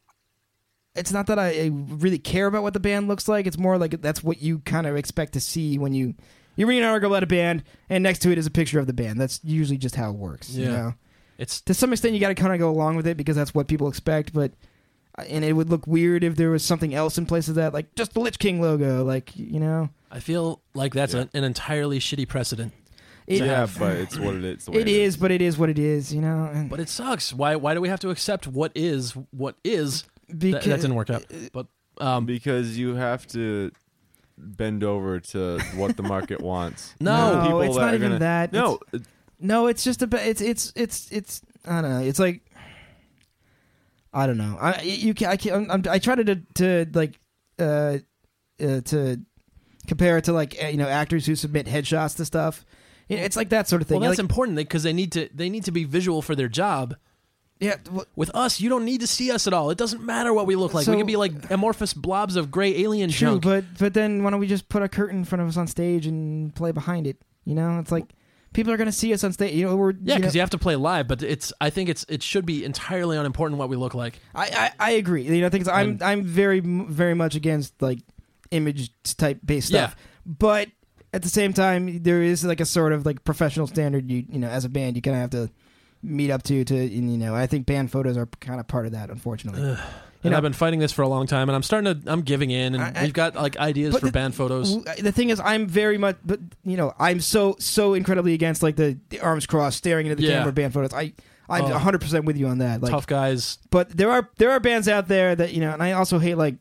Speaker 4: it's not that I, I really care about what the band looks like. It's more like that's what you kind of expect to see when you you read an article about a band, and next to it is a picture of the band. That's usually just how it works. You
Speaker 2: Yeah.
Speaker 4: know?
Speaker 2: It's
Speaker 4: To some extent, you got to kind of go along with it because that's what people expect. But uh, and it would look weird if there was something else in place of that, like just the Lich King logo, like you know.
Speaker 2: I feel like that's
Speaker 3: Yeah.
Speaker 2: an, an entirely shitty precedent,
Speaker 4: It,
Speaker 3: yeah, but it's what it is. the way
Speaker 4: it is, but it is what it is. You know, and
Speaker 2: but it sucks. Why why do we have to accept what is what is? Th-
Speaker 4: because
Speaker 2: that didn't work
Speaker 4: uh,
Speaker 2: out. But um
Speaker 3: because you have to bend over to what the market wants.
Speaker 2: No.
Speaker 4: No,
Speaker 3: People
Speaker 4: it's not
Speaker 3: are
Speaker 4: even
Speaker 3: gonna-
Speaker 4: that.
Speaker 3: No,
Speaker 4: No, it's just about it's it's it's it's I don't know. It's like I don't know. I you can I can I'm, I try to to like uh, uh to compare it to like uh, you know actors who submit headshots to stuff. You know, It's like that sort of thing.
Speaker 2: well, that's
Speaker 4: Like,
Speaker 2: important because they need to they need to be visual for their job.
Speaker 4: yeah, w-
Speaker 2: With us, you don't need to see us at all. It doesn't matter what we look like.
Speaker 4: So-
Speaker 2: we can be like amorphous blobs of gray alien
Speaker 4: true.
Speaker 2: junk.
Speaker 4: But but then why don't we just put a curtain in front of us on stage and play behind it? You know, it's like people are gonna see us on stage. You know, we're
Speaker 2: yeah,
Speaker 4: you know-
Speaker 2: because you have to play live, but it's I think it's it should be entirely unimportant what we look like.
Speaker 4: I, I, I agree. You know, things I'm
Speaker 2: And-
Speaker 4: I'm very m- very much against like image type based
Speaker 2: Yeah.
Speaker 4: stuff. But at the same time, there is like a sort of like professional standard you you know as a band you kind of have to meet up to to and, you know I think band photos are kind of part of that unfortunately. You
Speaker 2: and
Speaker 4: know-
Speaker 2: I've been fighting this for a long time, and I'm starting to. I'm giving in, and
Speaker 4: I- I-
Speaker 2: we've got like ideas
Speaker 4: But
Speaker 2: for
Speaker 4: the-
Speaker 2: band photos.
Speaker 4: W- The thing is, I'm very much, but you know, I'm so so incredibly against like the, the arms crossed, staring into the
Speaker 2: Yeah.
Speaker 4: camera, band photos. I I'm
Speaker 2: Oh.
Speaker 4: 100 percent with you on that. Like,
Speaker 2: Tough guys.
Speaker 4: but there are there are bands out there that you know, and I also hate like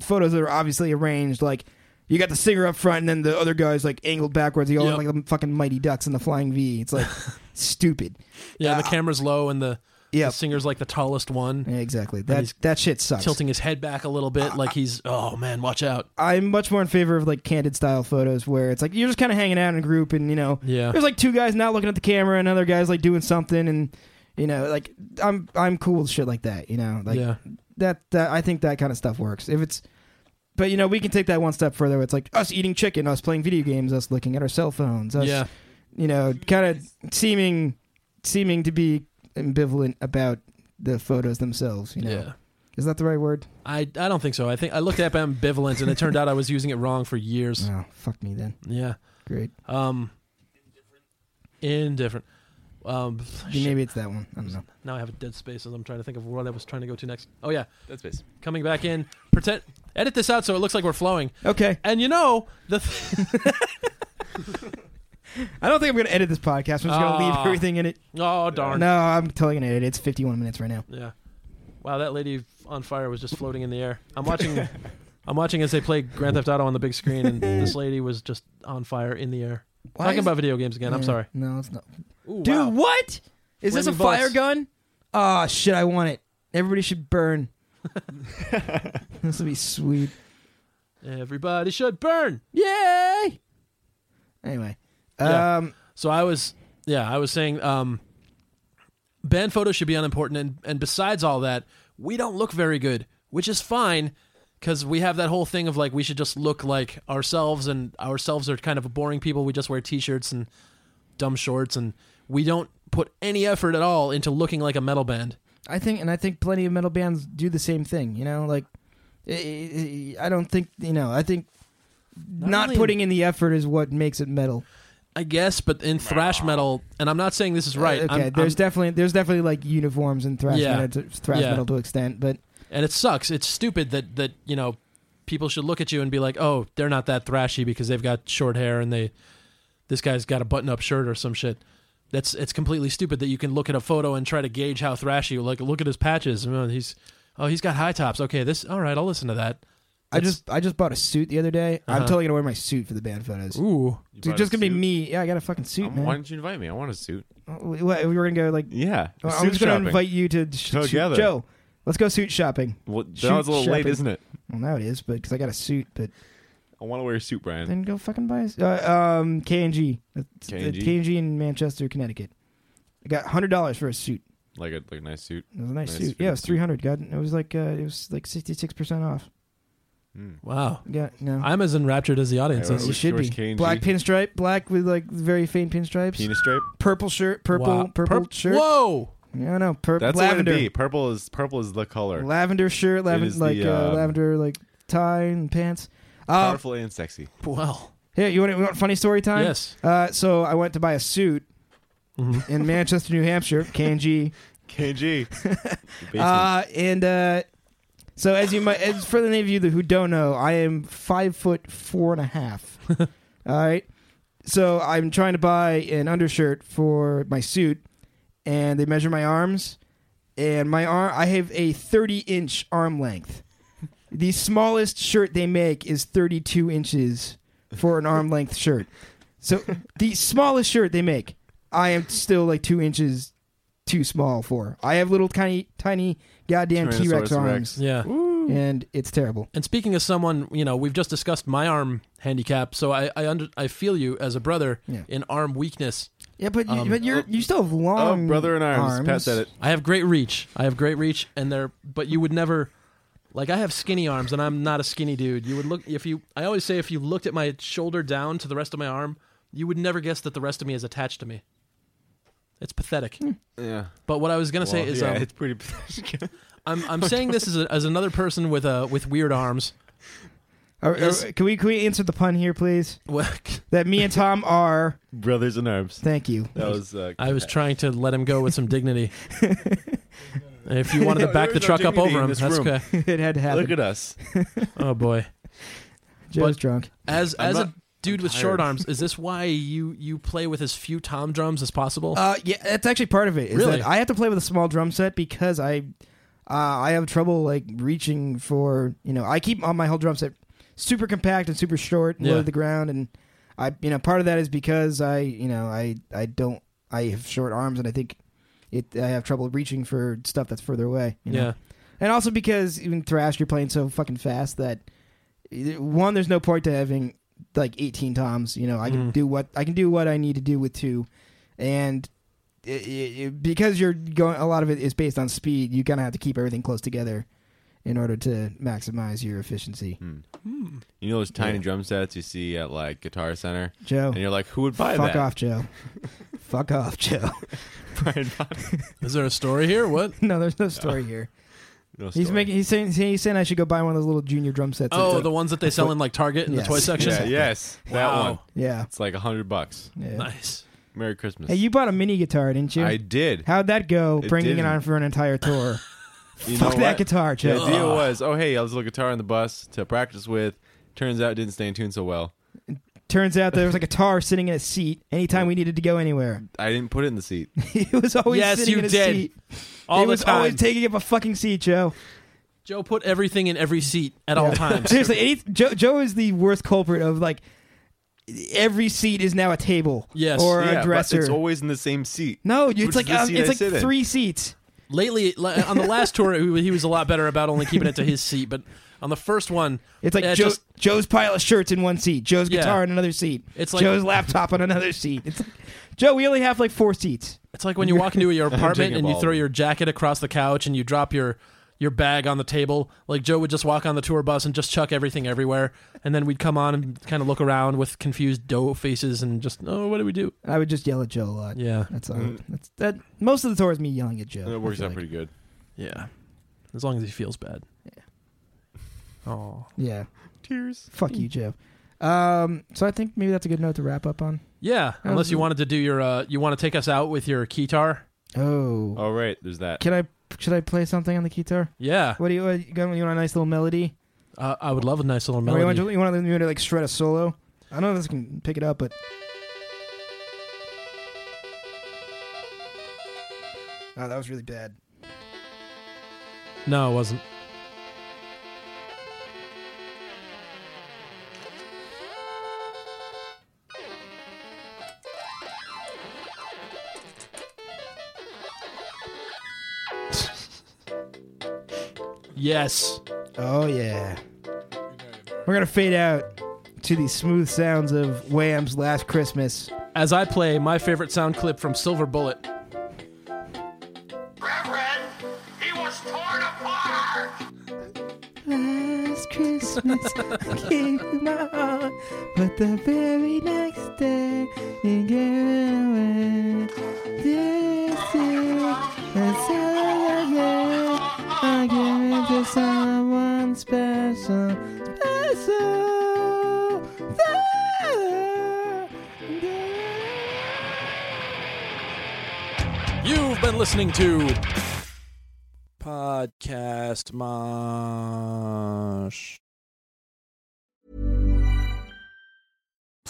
Speaker 4: photos that are obviously arranged. Like you got the singer up front, and then the other guy's like angled backwards. You all
Speaker 2: Yep.
Speaker 4: look like the fucking Mighty Ducks and the Flying V. It's like stupid.
Speaker 2: Yeah, the camera's low, and the,
Speaker 4: Yeah,
Speaker 2: the singer's like the tallest one,
Speaker 4: yeah, exactly.
Speaker 2: he's
Speaker 4: That that shit sucks.
Speaker 2: tilting his head back a little bit, like he's. Oh man, watch out.
Speaker 4: I'm much more in favor of like candid style photos where it's like you're just kind of hanging out in a group, and you know,
Speaker 2: Yeah.
Speaker 4: there's like two guys not looking at the camera, and other guys like doing something, and you know, like I'm I'm cool with shit like that. You know, like
Speaker 2: yeah.
Speaker 4: that that I think that kind of stuff works. If it's but you know, we can take that one step further. It's like us eating chicken, us playing video games, us looking at our cell phones, us
Speaker 2: Yeah.
Speaker 4: you know, kind of seeming seeming to be ambivalent about the photos themselves. You know,
Speaker 2: Yeah.
Speaker 4: is that the right word?
Speaker 2: I, I don't think so. I think I looked up ambivalent and it turned out I was using it wrong for years.
Speaker 4: Oh, fuck me then.
Speaker 2: Yeah.
Speaker 4: Great.
Speaker 2: Um, indifferent. Um, shit.
Speaker 4: Maybe it's that one. I don't know.
Speaker 2: now I have a dead space as I'm trying to think of what I was trying to go to next. Oh yeah,
Speaker 3: That's basically.
Speaker 2: coming back in. Pretend edit this out so it looks like we're flowing.
Speaker 4: Okay,
Speaker 2: And you know the th-
Speaker 4: I don't think I'm gonna edit this podcast. I'm just gonna leave
Speaker 2: Ah.
Speaker 4: everything in it.
Speaker 2: oh darn
Speaker 4: No, I'm totally gonna edit. it. It's 51 minutes right now.
Speaker 2: yeah. Wow, that lady on fire was just floating in the air. I'm watching. I'm watching as they play Grand Theft Auto on the big screen, and this lady was just on fire in the air.
Speaker 4: Why
Speaker 2: Talking
Speaker 4: is-
Speaker 2: about video games again. I'm
Speaker 4: Yeah.
Speaker 2: sorry,
Speaker 4: No, it's not.
Speaker 2: Ooh,
Speaker 4: Dude,
Speaker 2: wow.
Speaker 4: what? Is this a
Speaker 2: Flaming bullets.
Speaker 4: fire gun? Ah, shit, I want it. Everybody should burn. this would be sweet.
Speaker 2: Everybody should burn.
Speaker 4: Yay! Anyway,
Speaker 2: Yeah.
Speaker 4: um,
Speaker 2: So I was, yeah, I was saying, um, band photos should be unimportant, and and besides all that, we don't look very good, which is fine, because we have that whole thing of like we should just look like ourselves, and ourselves are kind of boring people. We just wear t-shirts and dumb shorts, and we don't put any effort at all into looking like a metal band.
Speaker 4: I think, and I think plenty of metal bands do the same thing. You know, like I- I I don't think you know. I think not,
Speaker 2: really.
Speaker 4: putting in the effort is what makes it metal.
Speaker 2: I guess, but in thrash metal, and I'm not saying this is right.
Speaker 4: Uh, okay,
Speaker 2: I'm- I'm-
Speaker 4: there's definitely there's definitely like uniforms and thrash
Speaker 2: Yeah.
Speaker 4: metal to, thrash
Speaker 2: Yeah.
Speaker 4: metal to extent, but
Speaker 2: and it sucks. It's stupid that that you know people should look at you and be like, "Oh, they're not that thrashy because they've got short hair and they this guy's got a button-up shirt or some shit." That's it's completely stupid that you can look at a photo and try to gauge how thrashy. Like, look at his patches. Oh, he's oh, he's got high tops. Okay, this all right. I'll listen to that.
Speaker 4: I
Speaker 2: That's-
Speaker 4: just I just bought a suit the other day. I'm
Speaker 2: Uh-huh.
Speaker 4: totally gonna wear my suit for the band photos.
Speaker 2: ooh.
Speaker 4: Dude, just gonna be me. Yeah, I got a fucking suit, man. Oh,
Speaker 3: Why didn't you invite me? I want a suit.
Speaker 4: We, what, we were gonna go like.
Speaker 3: Yeah.
Speaker 4: I'm
Speaker 3: suit
Speaker 4: just gonna
Speaker 3: shopping.
Speaker 4: invite you to sh- shoot-
Speaker 3: Together.
Speaker 4: Joe. Let's go suit shopping.
Speaker 3: Well, that
Speaker 4: Shoot
Speaker 3: was a little late,
Speaker 4: shopping.
Speaker 3: isn't it?
Speaker 4: Well, now it is, but because I got a suit, but
Speaker 3: I want to wear a suit, Brian.
Speaker 4: then go fucking buy. A, s- uh, um, K and G,
Speaker 3: K&G?
Speaker 4: K and G in Manchester, Connecticut. I got hundred dollars for a suit.
Speaker 3: Like a like a nice suit.
Speaker 4: It was a nice,
Speaker 3: Nice
Speaker 4: suit.
Speaker 3: for
Speaker 4: Yeah,
Speaker 3: the
Speaker 4: it was
Speaker 3: suit.
Speaker 4: three hundred. God, it was like uh, it was like sixty six percent off.
Speaker 3: Mm.
Speaker 2: Wow.
Speaker 4: Yeah, no,
Speaker 2: I'm as enraptured as the audience
Speaker 3: I
Speaker 4: As
Speaker 2: is.
Speaker 3: was-
Speaker 4: you should
Speaker 3: George
Speaker 4: be.
Speaker 3: K&G.
Speaker 4: Black pinstripe, black with like very faint pinstripes.
Speaker 3: Penis stripe.
Speaker 4: Purple shirt, purple,
Speaker 2: Wow.
Speaker 4: purple
Speaker 2: Purp-
Speaker 4: shirt.
Speaker 2: Whoa.
Speaker 4: Yeah, no, purple.
Speaker 3: That's the way to
Speaker 4: lavender.
Speaker 3: be. Purple is purple is the color.
Speaker 4: Lavender shirt,
Speaker 3: is
Speaker 4: lavender like
Speaker 3: the,
Speaker 4: uh,
Speaker 3: um,
Speaker 4: lavender like tie and pants. Uh,
Speaker 3: Powerful and sexy.
Speaker 2: Well.
Speaker 4: here, you want, you want funny story time?
Speaker 2: Yes.
Speaker 4: Uh, so I went to buy a suit
Speaker 2: Mhm.
Speaker 4: in Manchester, New Hampshire, K&G.
Speaker 3: KG.
Speaker 4: Uh, and uh, so as you might, as for any of you who don't know, I am five foot four and a half. All right. So I'm trying to buy an undershirt for my suit, and they measure my arms, and my arm. I have a 30 inch arm length. The smallest shirt they make is 32 inches for an arm length shirt. So the smallest shirt they make, I am still like two inches too small for. I have little tiny, tiny goddamn T Rex
Speaker 3: Tyrannosaurus
Speaker 4: arms,
Speaker 2: Yeah.
Speaker 4: and it's terrible.
Speaker 2: And speaking as someone, you know, we've just discussed my arm handicap, so I I, under, I feel you as a brother
Speaker 4: Yeah.
Speaker 2: in arm weakness.
Speaker 4: Yeah, but you,
Speaker 2: Um,
Speaker 4: but you're you still have long
Speaker 3: oh, brother in arms. Pat said it.
Speaker 2: I have great reach. I have great reach, and they're but you would never like I have skinny arms, and I'm not a skinny dude. You would look if you. I always say if you looked at my shoulder down to the rest of my arm, you would never guess that the rest of me is attached to me. It's pathetic.
Speaker 3: Yeah.
Speaker 2: But what I was gonna say
Speaker 3: Well,
Speaker 2: is,
Speaker 3: yeah,
Speaker 2: um,
Speaker 3: it's pretty.
Speaker 2: I'm I'm saying this as, a, as another person with uh with weird arms.
Speaker 4: Are- are-
Speaker 2: Yes.
Speaker 4: can we can we answer the pun here, please?
Speaker 2: Well,
Speaker 4: That me and Tom are.
Speaker 3: Brothers in arms.
Speaker 4: Thank you.
Speaker 3: That was. Uh,
Speaker 2: I was trying to let him go with some dignity. And if you wanted to
Speaker 3: No,
Speaker 2: back
Speaker 3: there
Speaker 2: the
Speaker 3: is no
Speaker 2: truck up
Speaker 3: dignity
Speaker 2: over
Speaker 3: in
Speaker 2: him,
Speaker 3: this
Speaker 2: that's
Speaker 3: room.
Speaker 2: okay.
Speaker 4: it had to
Speaker 3: Look
Speaker 4: happen.
Speaker 3: at us.
Speaker 2: Oh boy.
Speaker 4: Joe's
Speaker 2: but-
Speaker 4: drunk.
Speaker 2: As
Speaker 3: I'm
Speaker 2: as
Speaker 3: not-
Speaker 2: a dude
Speaker 3: I'm
Speaker 2: with short
Speaker 3: tired.
Speaker 2: arms, is this why you you play with as few tom drums as possible?
Speaker 4: Uh, yeah, that's actually part of it. is
Speaker 2: Really?
Speaker 4: that I have to play with a small drum set because I, uh, I have trouble like reaching for you know I keep on my whole drum set super compact and super short and low
Speaker 2: Yeah.
Speaker 4: to the ground and I you know part of that is because I you know I I don't I have short arms and I think it I have trouble reaching for stuff that's further away. You know?
Speaker 2: yeah.
Speaker 4: And also because even thrash, you're playing so fucking fast that eh, one, there's no point to having like 18 toms. You know, I can
Speaker 2: Mm.
Speaker 4: do what I can do what I need to do with two, and i i i- because you're going, a lot of it is based on speed. You kind of have to keep everything close together in order to maximize your efficiency.
Speaker 3: You know those tiny
Speaker 4: Yeah. Oh.
Speaker 3: drum sets you see at like Guitar Center,
Speaker 4: Joe,
Speaker 3: and you're like, who would buy
Speaker 4: fuck
Speaker 3: that?
Speaker 4: off, Joe. fuck off, Joe.
Speaker 3: Brian Bobby.
Speaker 2: Is there a story here? What?
Speaker 4: No, there's no story here.
Speaker 3: No
Speaker 4: He's
Speaker 3: story.
Speaker 4: making. He's saying. He's saying I should go buy one of those little junior drum sets.
Speaker 2: Oh,
Speaker 4: It's
Speaker 2: the
Speaker 4: like-
Speaker 2: ones that they sell in like Target in
Speaker 4: Yes.
Speaker 2: the toy section.
Speaker 3: Yeah, yes,
Speaker 2: Wow.
Speaker 3: that one.
Speaker 4: yeah.
Speaker 3: It's like a hundred bucks.
Speaker 4: yeah.
Speaker 2: Nice.
Speaker 3: Merry Christmas.
Speaker 4: Hey, you bought a mini guitar, didn't you?
Speaker 3: I did.
Speaker 4: How'd that go?
Speaker 3: It
Speaker 4: bringing it
Speaker 3: didn't.
Speaker 4: on for an entire tour.
Speaker 3: You
Speaker 4: Fuck
Speaker 3: know
Speaker 4: that
Speaker 3: what?
Speaker 4: guitar,
Speaker 3: The
Speaker 4: Chad.
Speaker 3: idea was, oh hey, I was a little guitar on the bus to practice with. Turns out, it didn't stay in tune so well.
Speaker 4: Turns out there was a guitar sitting in a seat anytime we needed to go anywhere.
Speaker 3: I didn't put it in the seat.
Speaker 4: it was always
Speaker 2: Yes,
Speaker 4: sitting
Speaker 2: you
Speaker 4: in a
Speaker 2: did.
Speaker 4: seat.
Speaker 2: All
Speaker 4: it
Speaker 2: the
Speaker 4: was
Speaker 2: time.
Speaker 4: always taking up a fucking seat, Joe.
Speaker 2: Joe put everything in every seat at all times.
Speaker 4: Seriously, any, Joe, Joe is the worst culprit of like every seat is now a table.
Speaker 2: Yes.
Speaker 4: Or
Speaker 3: yeah,
Speaker 4: a
Speaker 3: but
Speaker 4: dresser.
Speaker 3: It's always in the same seat.
Speaker 4: no, it's
Speaker 3: is
Speaker 4: like
Speaker 3: the
Speaker 4: um,
Speaker 3: seat I
Speaker 4: it's
Speaker 3: sit
Speaker 4: like
Speaker 3: in.
Speaker 4: three seats.
Speaker 2: Lately, li- on the last tour, he was a lot better about only keeping it to his seat. But on the first one,
Speaker 4: It's like
Speaker 2: eh,
Speaker 4: Joe,
Speaker 2: just-
Speaker 4: Joe's pile of shirts in one seat, Joe's
Speaker 2: Yeah.
Speaker 4: guitar in another seat,
Speaker 2: It's like-
Speaker 4: Joe's laptop on another seat. It's like, Joe, we only have like four seats.
Speaker 2: It's like when you walk into your apartment
Speaker 3: drinking
Speaker 2: and you
Speaker 3: ball.
Speaker 2: throw your jacket across the couch and you drop your your bag on the table. Like Joe would just walk on the tour bus and just chuck everything everywhere, and then we'd come on and kind of look around with confused dough faces and just, oh, what do we do?
Speaker 4: I would just yell at Joe a lot.
Speaker 2: Yeah,
Speaker 4: That's all. That's that. Most of the tour is me yelling at Joe.
Speaker 3: Mm. That works
Speaker 4: I
Speaker 3: out
Speaker 4: feel like.
Speaker 3: pretty good.
Speaker 2: yeah. As long as he feels bad. Oh.
Speaker 4: Yeah.
Speaker 3: Tears.
Speaker 4: Fuck you, Joe. Um. So I think maybe that's a good note to wrap up on.
Speaker 2: Yeah, unless you wanted to do your, uh, you want to take us out with your guitar?
Speaker 4: Oh.
Speaker 3: All right, there's that.
Speaker 4: Can I? Should I play something on the guitar?
Speaker 2: Yeah,
Speaker 4: What do you? What, you want a nice little melody?
Speaker 2: uh, I would love a nice little
Speaker 4: Or you want
Speaker 2: melody.
Speaker 4: to? You want to, you want to like shred a solo? I don't know if this can pick it up, but. Oh, that was really bad.
Speaker 2: No, it wasn't. Yes.
Speaker 4: Oh yeah. We're gonna fade out to the smooth sounds of Wham's "Last Christmas."
Speaker 2: As I play my favorite sound clip from Silver Bullet.
Speaker 5: Reverend, he was torn apart!
Speaker 4: Last Christmas, I gave you my heart, but the very next day, you gave it away. This year, I celebrate. I gave it to someone special, special.
Speaker 1: You've been listening to Podcast Mosh.